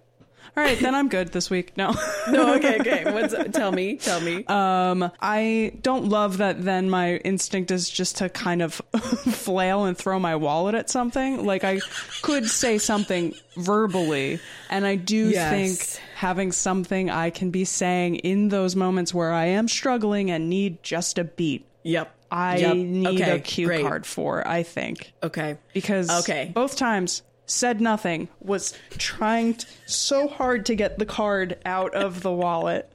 All right, then I'm good this week. No.
No, Oh, okay, okay. What's tell me, tell me.
Um, I don't love that then my instinct is just to kind of flail and throw my wallet at something. Like I could say something verbally, and I do
Yes.
think having something I can be saying in those moments where I am struggling and need just a beat.
yep.
I
Yep.
need
Okay,
a cue
great.
card for, I think.
Okay.
Because
Okay.
both times said nothing, was trying t- so hard to get the card out of the wallet,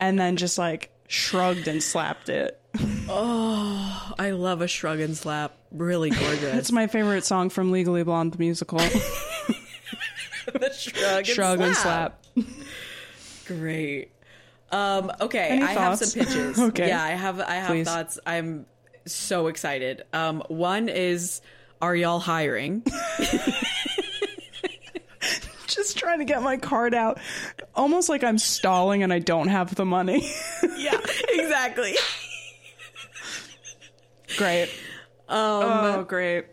and then just like shrugged and slapped it.
I love a shrug and slap. Really gorgeous.
It's my favorite song from Legally Blonde the musical.
the shrug and
Shrug and slap.
Great. Um, okay,
Any
I have
thoughts?
some pitches.
Okay.
Yeah, I have I have
Please.
thoughts. I'm so excited. Um, one is are y'all hiring?
Just trying to get my card out. Almost like I'm stalling and I don't have the money.
yeah, exactly.
great.
Um,
oh, great.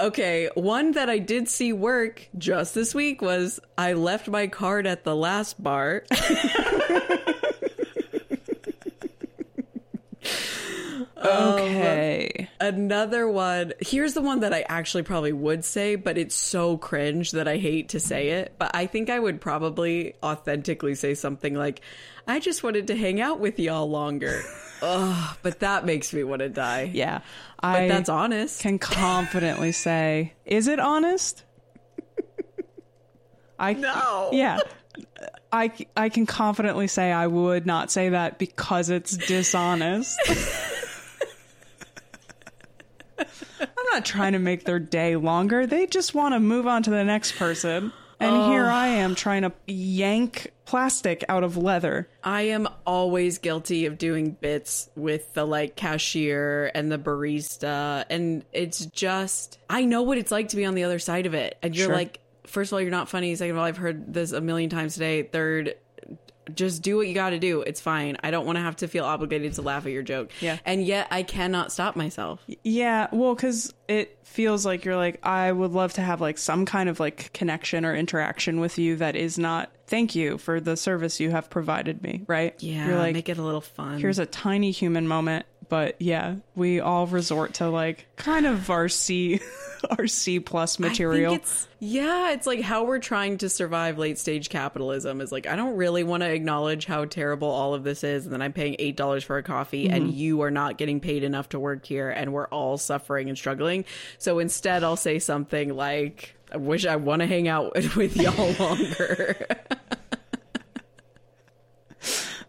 Okay, one that I did see work just this week was I left my card at the last bar.
Okay.
Another one. Here's the one that I actually probably would say, but it's so cringe that I hate to say it. But I think I would probably authentically say something like, I just wanted to hang out with y'all longer. Ugh, but that makes me want to die.
yeah.
But
I
that's honest.
can confidently say, is it honest? I
No.
Yeah. I, I can confidently say I would not say that because it's dishonest. I'm not trying to make their day longer. They just want to move on to the next person. And here I am trying to yank plastic out of leather.
I am always guilty of doing bits with the like cashier and the barista. And it's just, I know what it's like to be on the other side of it. And you're
Sure.
like, first of all, you're not funny. Second of all, I've heard this a million times today. Third, just do what you got to do. It's fine. I don't want to have to feel obligated to laugh at your joke.
Yeah.
And yet I cannot stop myself.
Yeah, well, because it feels like you're like, I would love to have like some kind of like connection or interaction with you that is not, thank you for the service you have provided me, right?
Yeah.
You're like,
make it a little fun.
here's a tiny human moment. But yeah, we all resort to like kind of our C, our C plus
I think
material.
it's- yeah, it's like how we're trying to survive late stage capitalism is like I don't really want to acknowledge how terrible all of this is, and then I'm paying eight dollars for a coffee, and you are not getting paid enough to work here, and we're all suffering and struggling. So instead, I'll say something like, "I wish I want to hang out with y'all longer."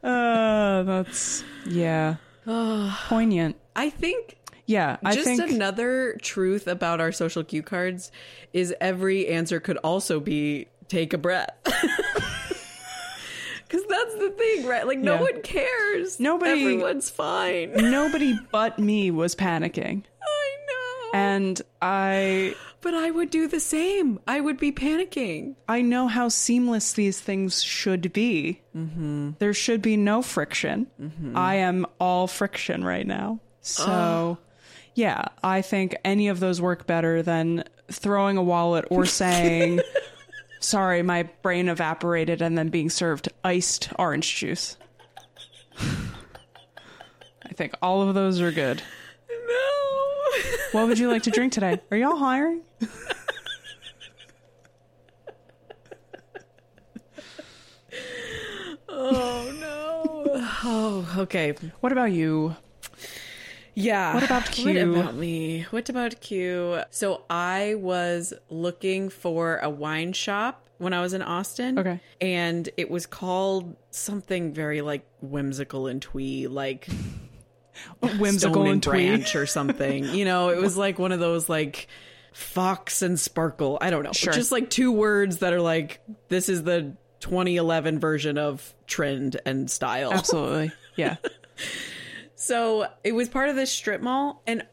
Uh, that's, yeah. Poignant.
I think.
Yeah, I
Just
think.
another truth about our social cue cards is every answer could also be take a breath. Because that's the thing, right? Like, no
Yeah.
one cares.
Nobody-
Everyone's fine.
Nobody but me was panicking.
I know.
And I
but I would do the same. I would be panicking.
I know how seamless these things should be. Mm-hmm. There should be no friction. I am all friction right now. So, yeah, I think any of those work better than throwing a wallet or saying, sorry, my brain evaporated, and then being served iced orange juice. I think all of those are good.
No.
What would you like to drink today? Are y'all hiring?
oh, no. Oh, okay.
Oh, What about you?
Yeah.
What about Q?
What about me? What about Q? So I was looking for a wine shop when I was in Austin.
Okay.
And it was called something very like whimsical and twee, like
Whimsical
Stone
and twee.
branch or something. you know, it was like one of those like fox and sparkle. I don't know.
Sure.
Just like two words that are like this is the 2011 version of trend and style.
Absolutely. Yeah.
So it was part of this strip mall, and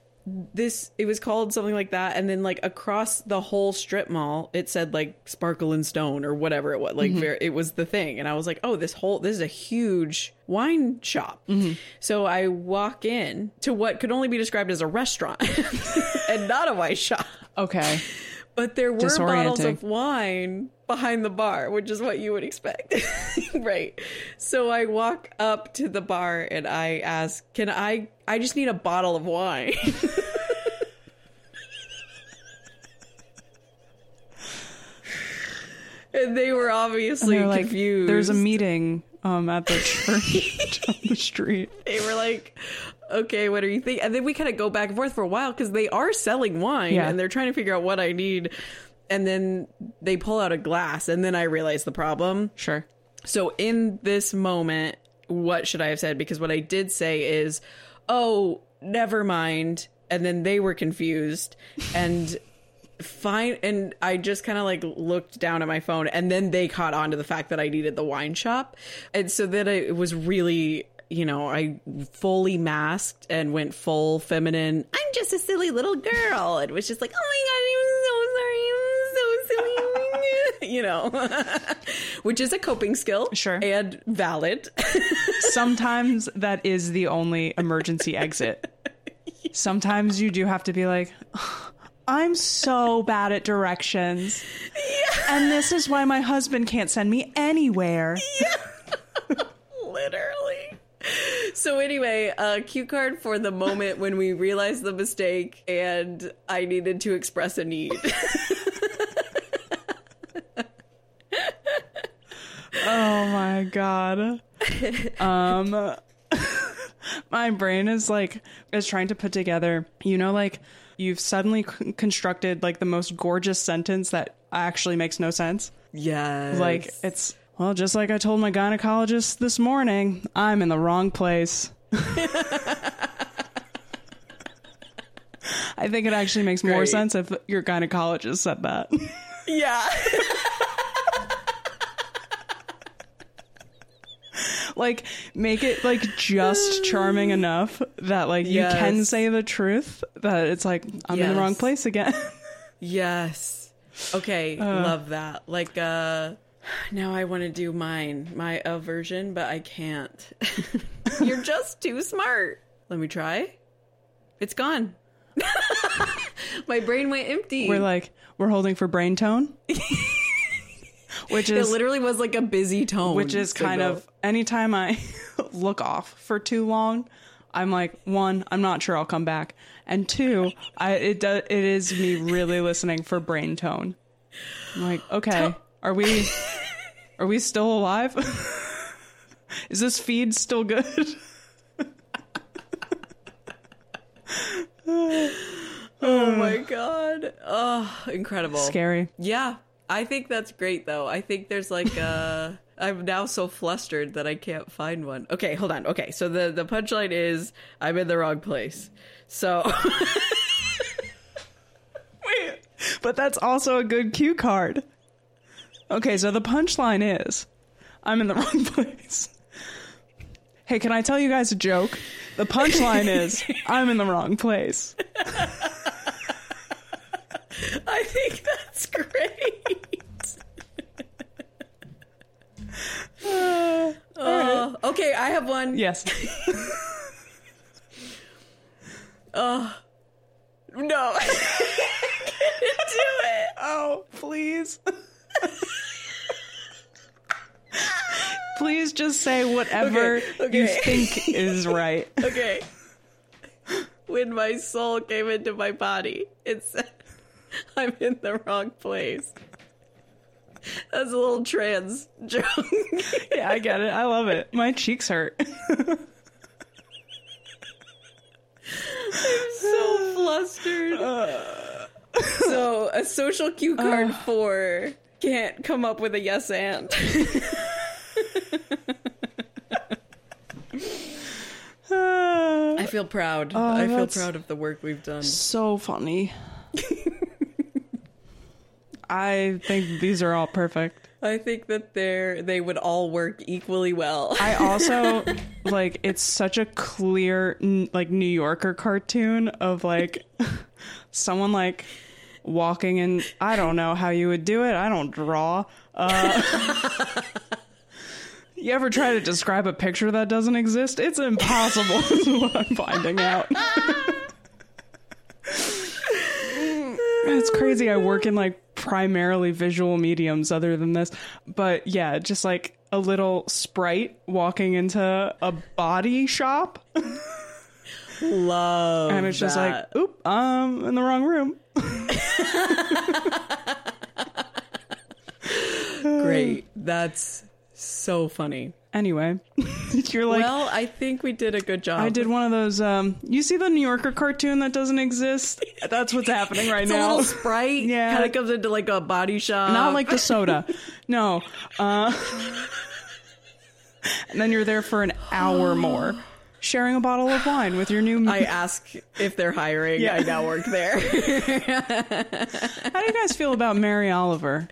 this it was called something like that. And then like across the whole strip mall, it said like Sparkle and Stone or whatever it was. Like ver- it was the thing, and I was like, oh, this whole this is a huge wine shop. So I walk in to what could only be described as a restaurant and not a wine shop,
Okay.
but there were bottles
Disorienting.
of wine behind the bar, which is what you would expect. right. So I walk up to the bar and I ask, "Can I I just need a bottle of wine?" and they were obviously
They're like,
confused.
there's a meeting um, at the church down the street.
they were like, okay, what are you thinking? And then we kind of go back and forth for a while because they are selling wine
Yeah.
and they're trying to figure out what I need. And then they pull out a glass, and then I realize the problem.
Sure.
So in this moment, what should I have said? Because what I did say is, "Oh, never mind." And then they were confused and fine and I just kind of like looked down at my phone and then they caught on to the fact that I needed the wine shop. And so that I, it was really you know, I fully masked and went full feminine. I'm just a silly little girl. It was just like, oh my God, I'm so sorry. I'm so silly you know, which is a coping skill.
Sure.
And valid.
Sometimes that is the only emergency exit. Sometimes you do have to be like, I'm so bad at directions. And this is why my husband can't send me anywhere.
Literally. So, anyway, a cue card for the moment when we realized the mistake and I needed to express a need.
Oh my god. Um my brain is like is trying to put together, you know like you've suddenly c- constructed like the most gorgeous sentence that actually makes no sense.
yes.
Like it's well, just like I told my gynecologist this morning, I'm in the wrong place. I think it actually makes more
Great.
sense if your gynecologist said that.
yeah.
like make it like just charming enough that like you can
Yes.
say the truth that it's like I'm in the wrong
Yes.
place again.
yes. Okay.
Uh.
love that. Like, uh, now I want to do mine, my aversion, but I can't. You're just too smart. Let me try. It's gone. my brain went empty.
we're like we're holding for brain tone. which
it
is
literally was like a busy tone.
which is kind
signal.
of anytime I look off for too long, I'm like one, I'm not sure I'll come back, and two, I it do, it is me really listening for brain tone. I'm like, okay, are we are we still alive? is this feed still good?
Oh my god. Oh, incredible.
Scary.
Yeah. I think that's great though. I think there's like uh I'm now so flustered that I can't find one. Okay, hold on. Okay. So the the punchline is I'm in the wrong place. So Wait.
But that's also a good cue card. Okay, so the punchline is I'm in the wrong place. Hey, can I tell you guys a joke? The punchline is I'm in the wrong place.
I think that's great. Uh, okay, I have one.
Yes.
No. I can't do it.
Oh, please. please just say whatever
Okay, okay.
you think is right.
Okay. When my soul came into my body, it said, I'm in the wrong place. That's a little trans joke.
Yeah, I get it. I love it. My cheeks hurt.
Uh. a social cue card for can't come up with a yes and. I feel proud. I feel
that's-
proud of the work we've done.
so funny. I think these are all perfect.
I think that they're they would all work equally well.
I also like it's such a clear n- like New Yorker cartoon of like someone like walking and I don't know how you would do it. I don't draw. Uh, you ever try to describe a picture that doesn't exist? It's impossible. is what I'm finding out. It's crazy. I work in like primarily visual mediums other than this. But yeah, just like a little sprite walking into a body shop.
love
And it's just
that.
like, oop, I'm in the wrong room.
great. That's so funny.
Anyway, you're like,
well, I think we did a good job.
I did one of those. Um, you see the New Yorker cartoon that doesn't exist? That's what's happening right
It's a
now.
little uh, sprite.
Yeah.
kind of comes into like a body shop.
Not like the soda. No. Uh, and then you're there for an hour more, sharing a bottle of wine with your new.
I ask if they're hiring.
Yeah.
I now work there.
How do you guys feel about Mary Oliver?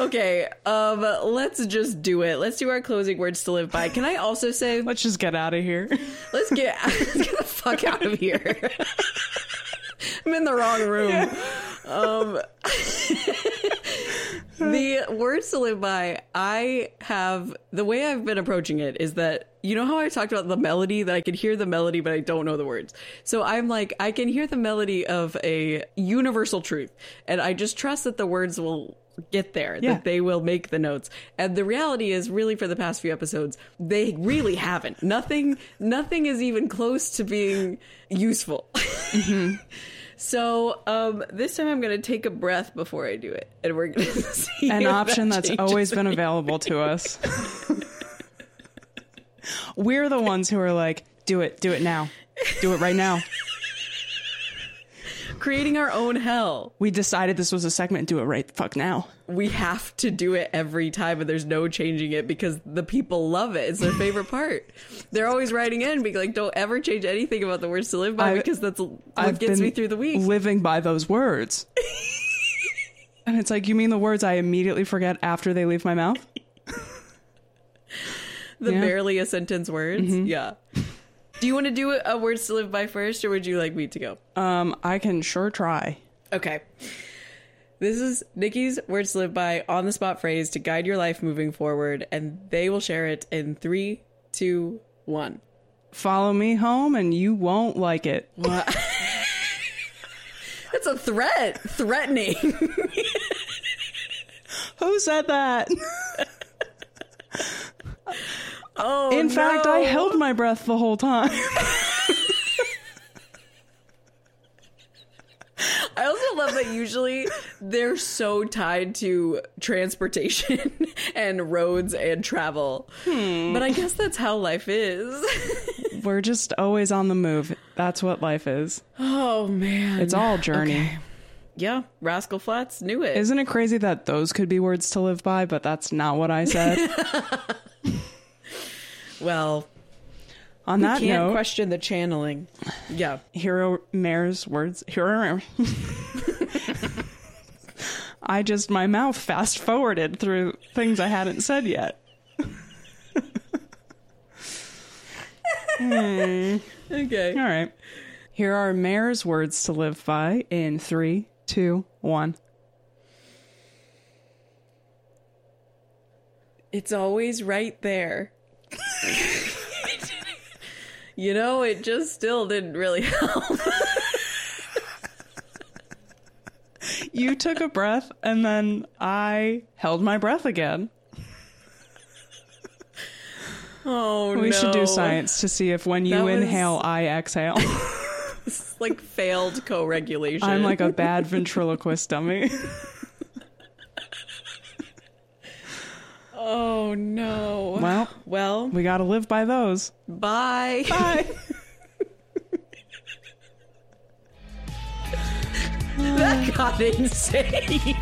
okay, um, let's just do it. Let's do our closing words to live by. Can I also say
Let's just get out of here.
let's get let's get the fuck out of here. I'm in the wrong room. Um, the words to live by, I have the way I've been approaching it is that you know how I talked about the melody that I could hear the melody but I don't know the words. So I'm like I can hear the melody of a universal truth and I just trust that the words will get there
Yeah.
that they will make the notes. And the reality is really for the past few episodes they really haven't. Nothing nothing is even close to being useful. So um, this time I'm going to take a breath before I do it, and we're going to see
An
if
option
that
that's
changes
always been
it.
available to us. We're the ones who are like, do it, do it now, do it right now.
creating our own hell.
We decided this was a segment. Do it right the fuck now.
We have to do it every time, and there's no changing it because the people love it. It's their favorite part. They're always writing in, being like, "Don't ever change anything about the words to live by,"
I-
because that's what gets
been
me through the week.
Living by those words. and it's like, you mean the words I immediately forget after they leave my mouth?
the
yeah. Mm-hmm.
barely a sentence words. Yeah. Do you want to do a words to live by first, or would you like me to go?
Um, I can sure try.
Okay. This is Nikki's words to live by on the spot phrase to guide your life moving forward, and they will share it in three, two, one.
Follow me home and you won't like it.
That's a threat. Threatening.
Who said that?
Oh,
In fact, I
no.
held my breath the whole time.
I also love that usually they're so tied to transportation and roads and travel.
Hmm.
But I guess that's how life is.
We're just always on the move. That's what life is.
Oh man.
It's all journey.
yeah, Rascal Flats knew it.
Isn't it crazy that those could be words to live by, but that's not what I said?
well,
On that
can't
note,
question the channeling. Yeah.
Hero Mare's words. Hero. I just my mouth fast forwarded through things I hadn't said yet.
Okay.
All right. Here are Mare's words to live by in three, two, one.
It's always right there. you know, it just still didn't really help.
You took a breath and then I held my breath again.
Oh no.
We should do science to see if when you
That was-
inhale, I exhale.
Like failed co-regulation.
I'm like a bad ventriloquist dummy.
oh no.
Well,
Well,
we got to live by those.
bye.
Bye.
That got insane.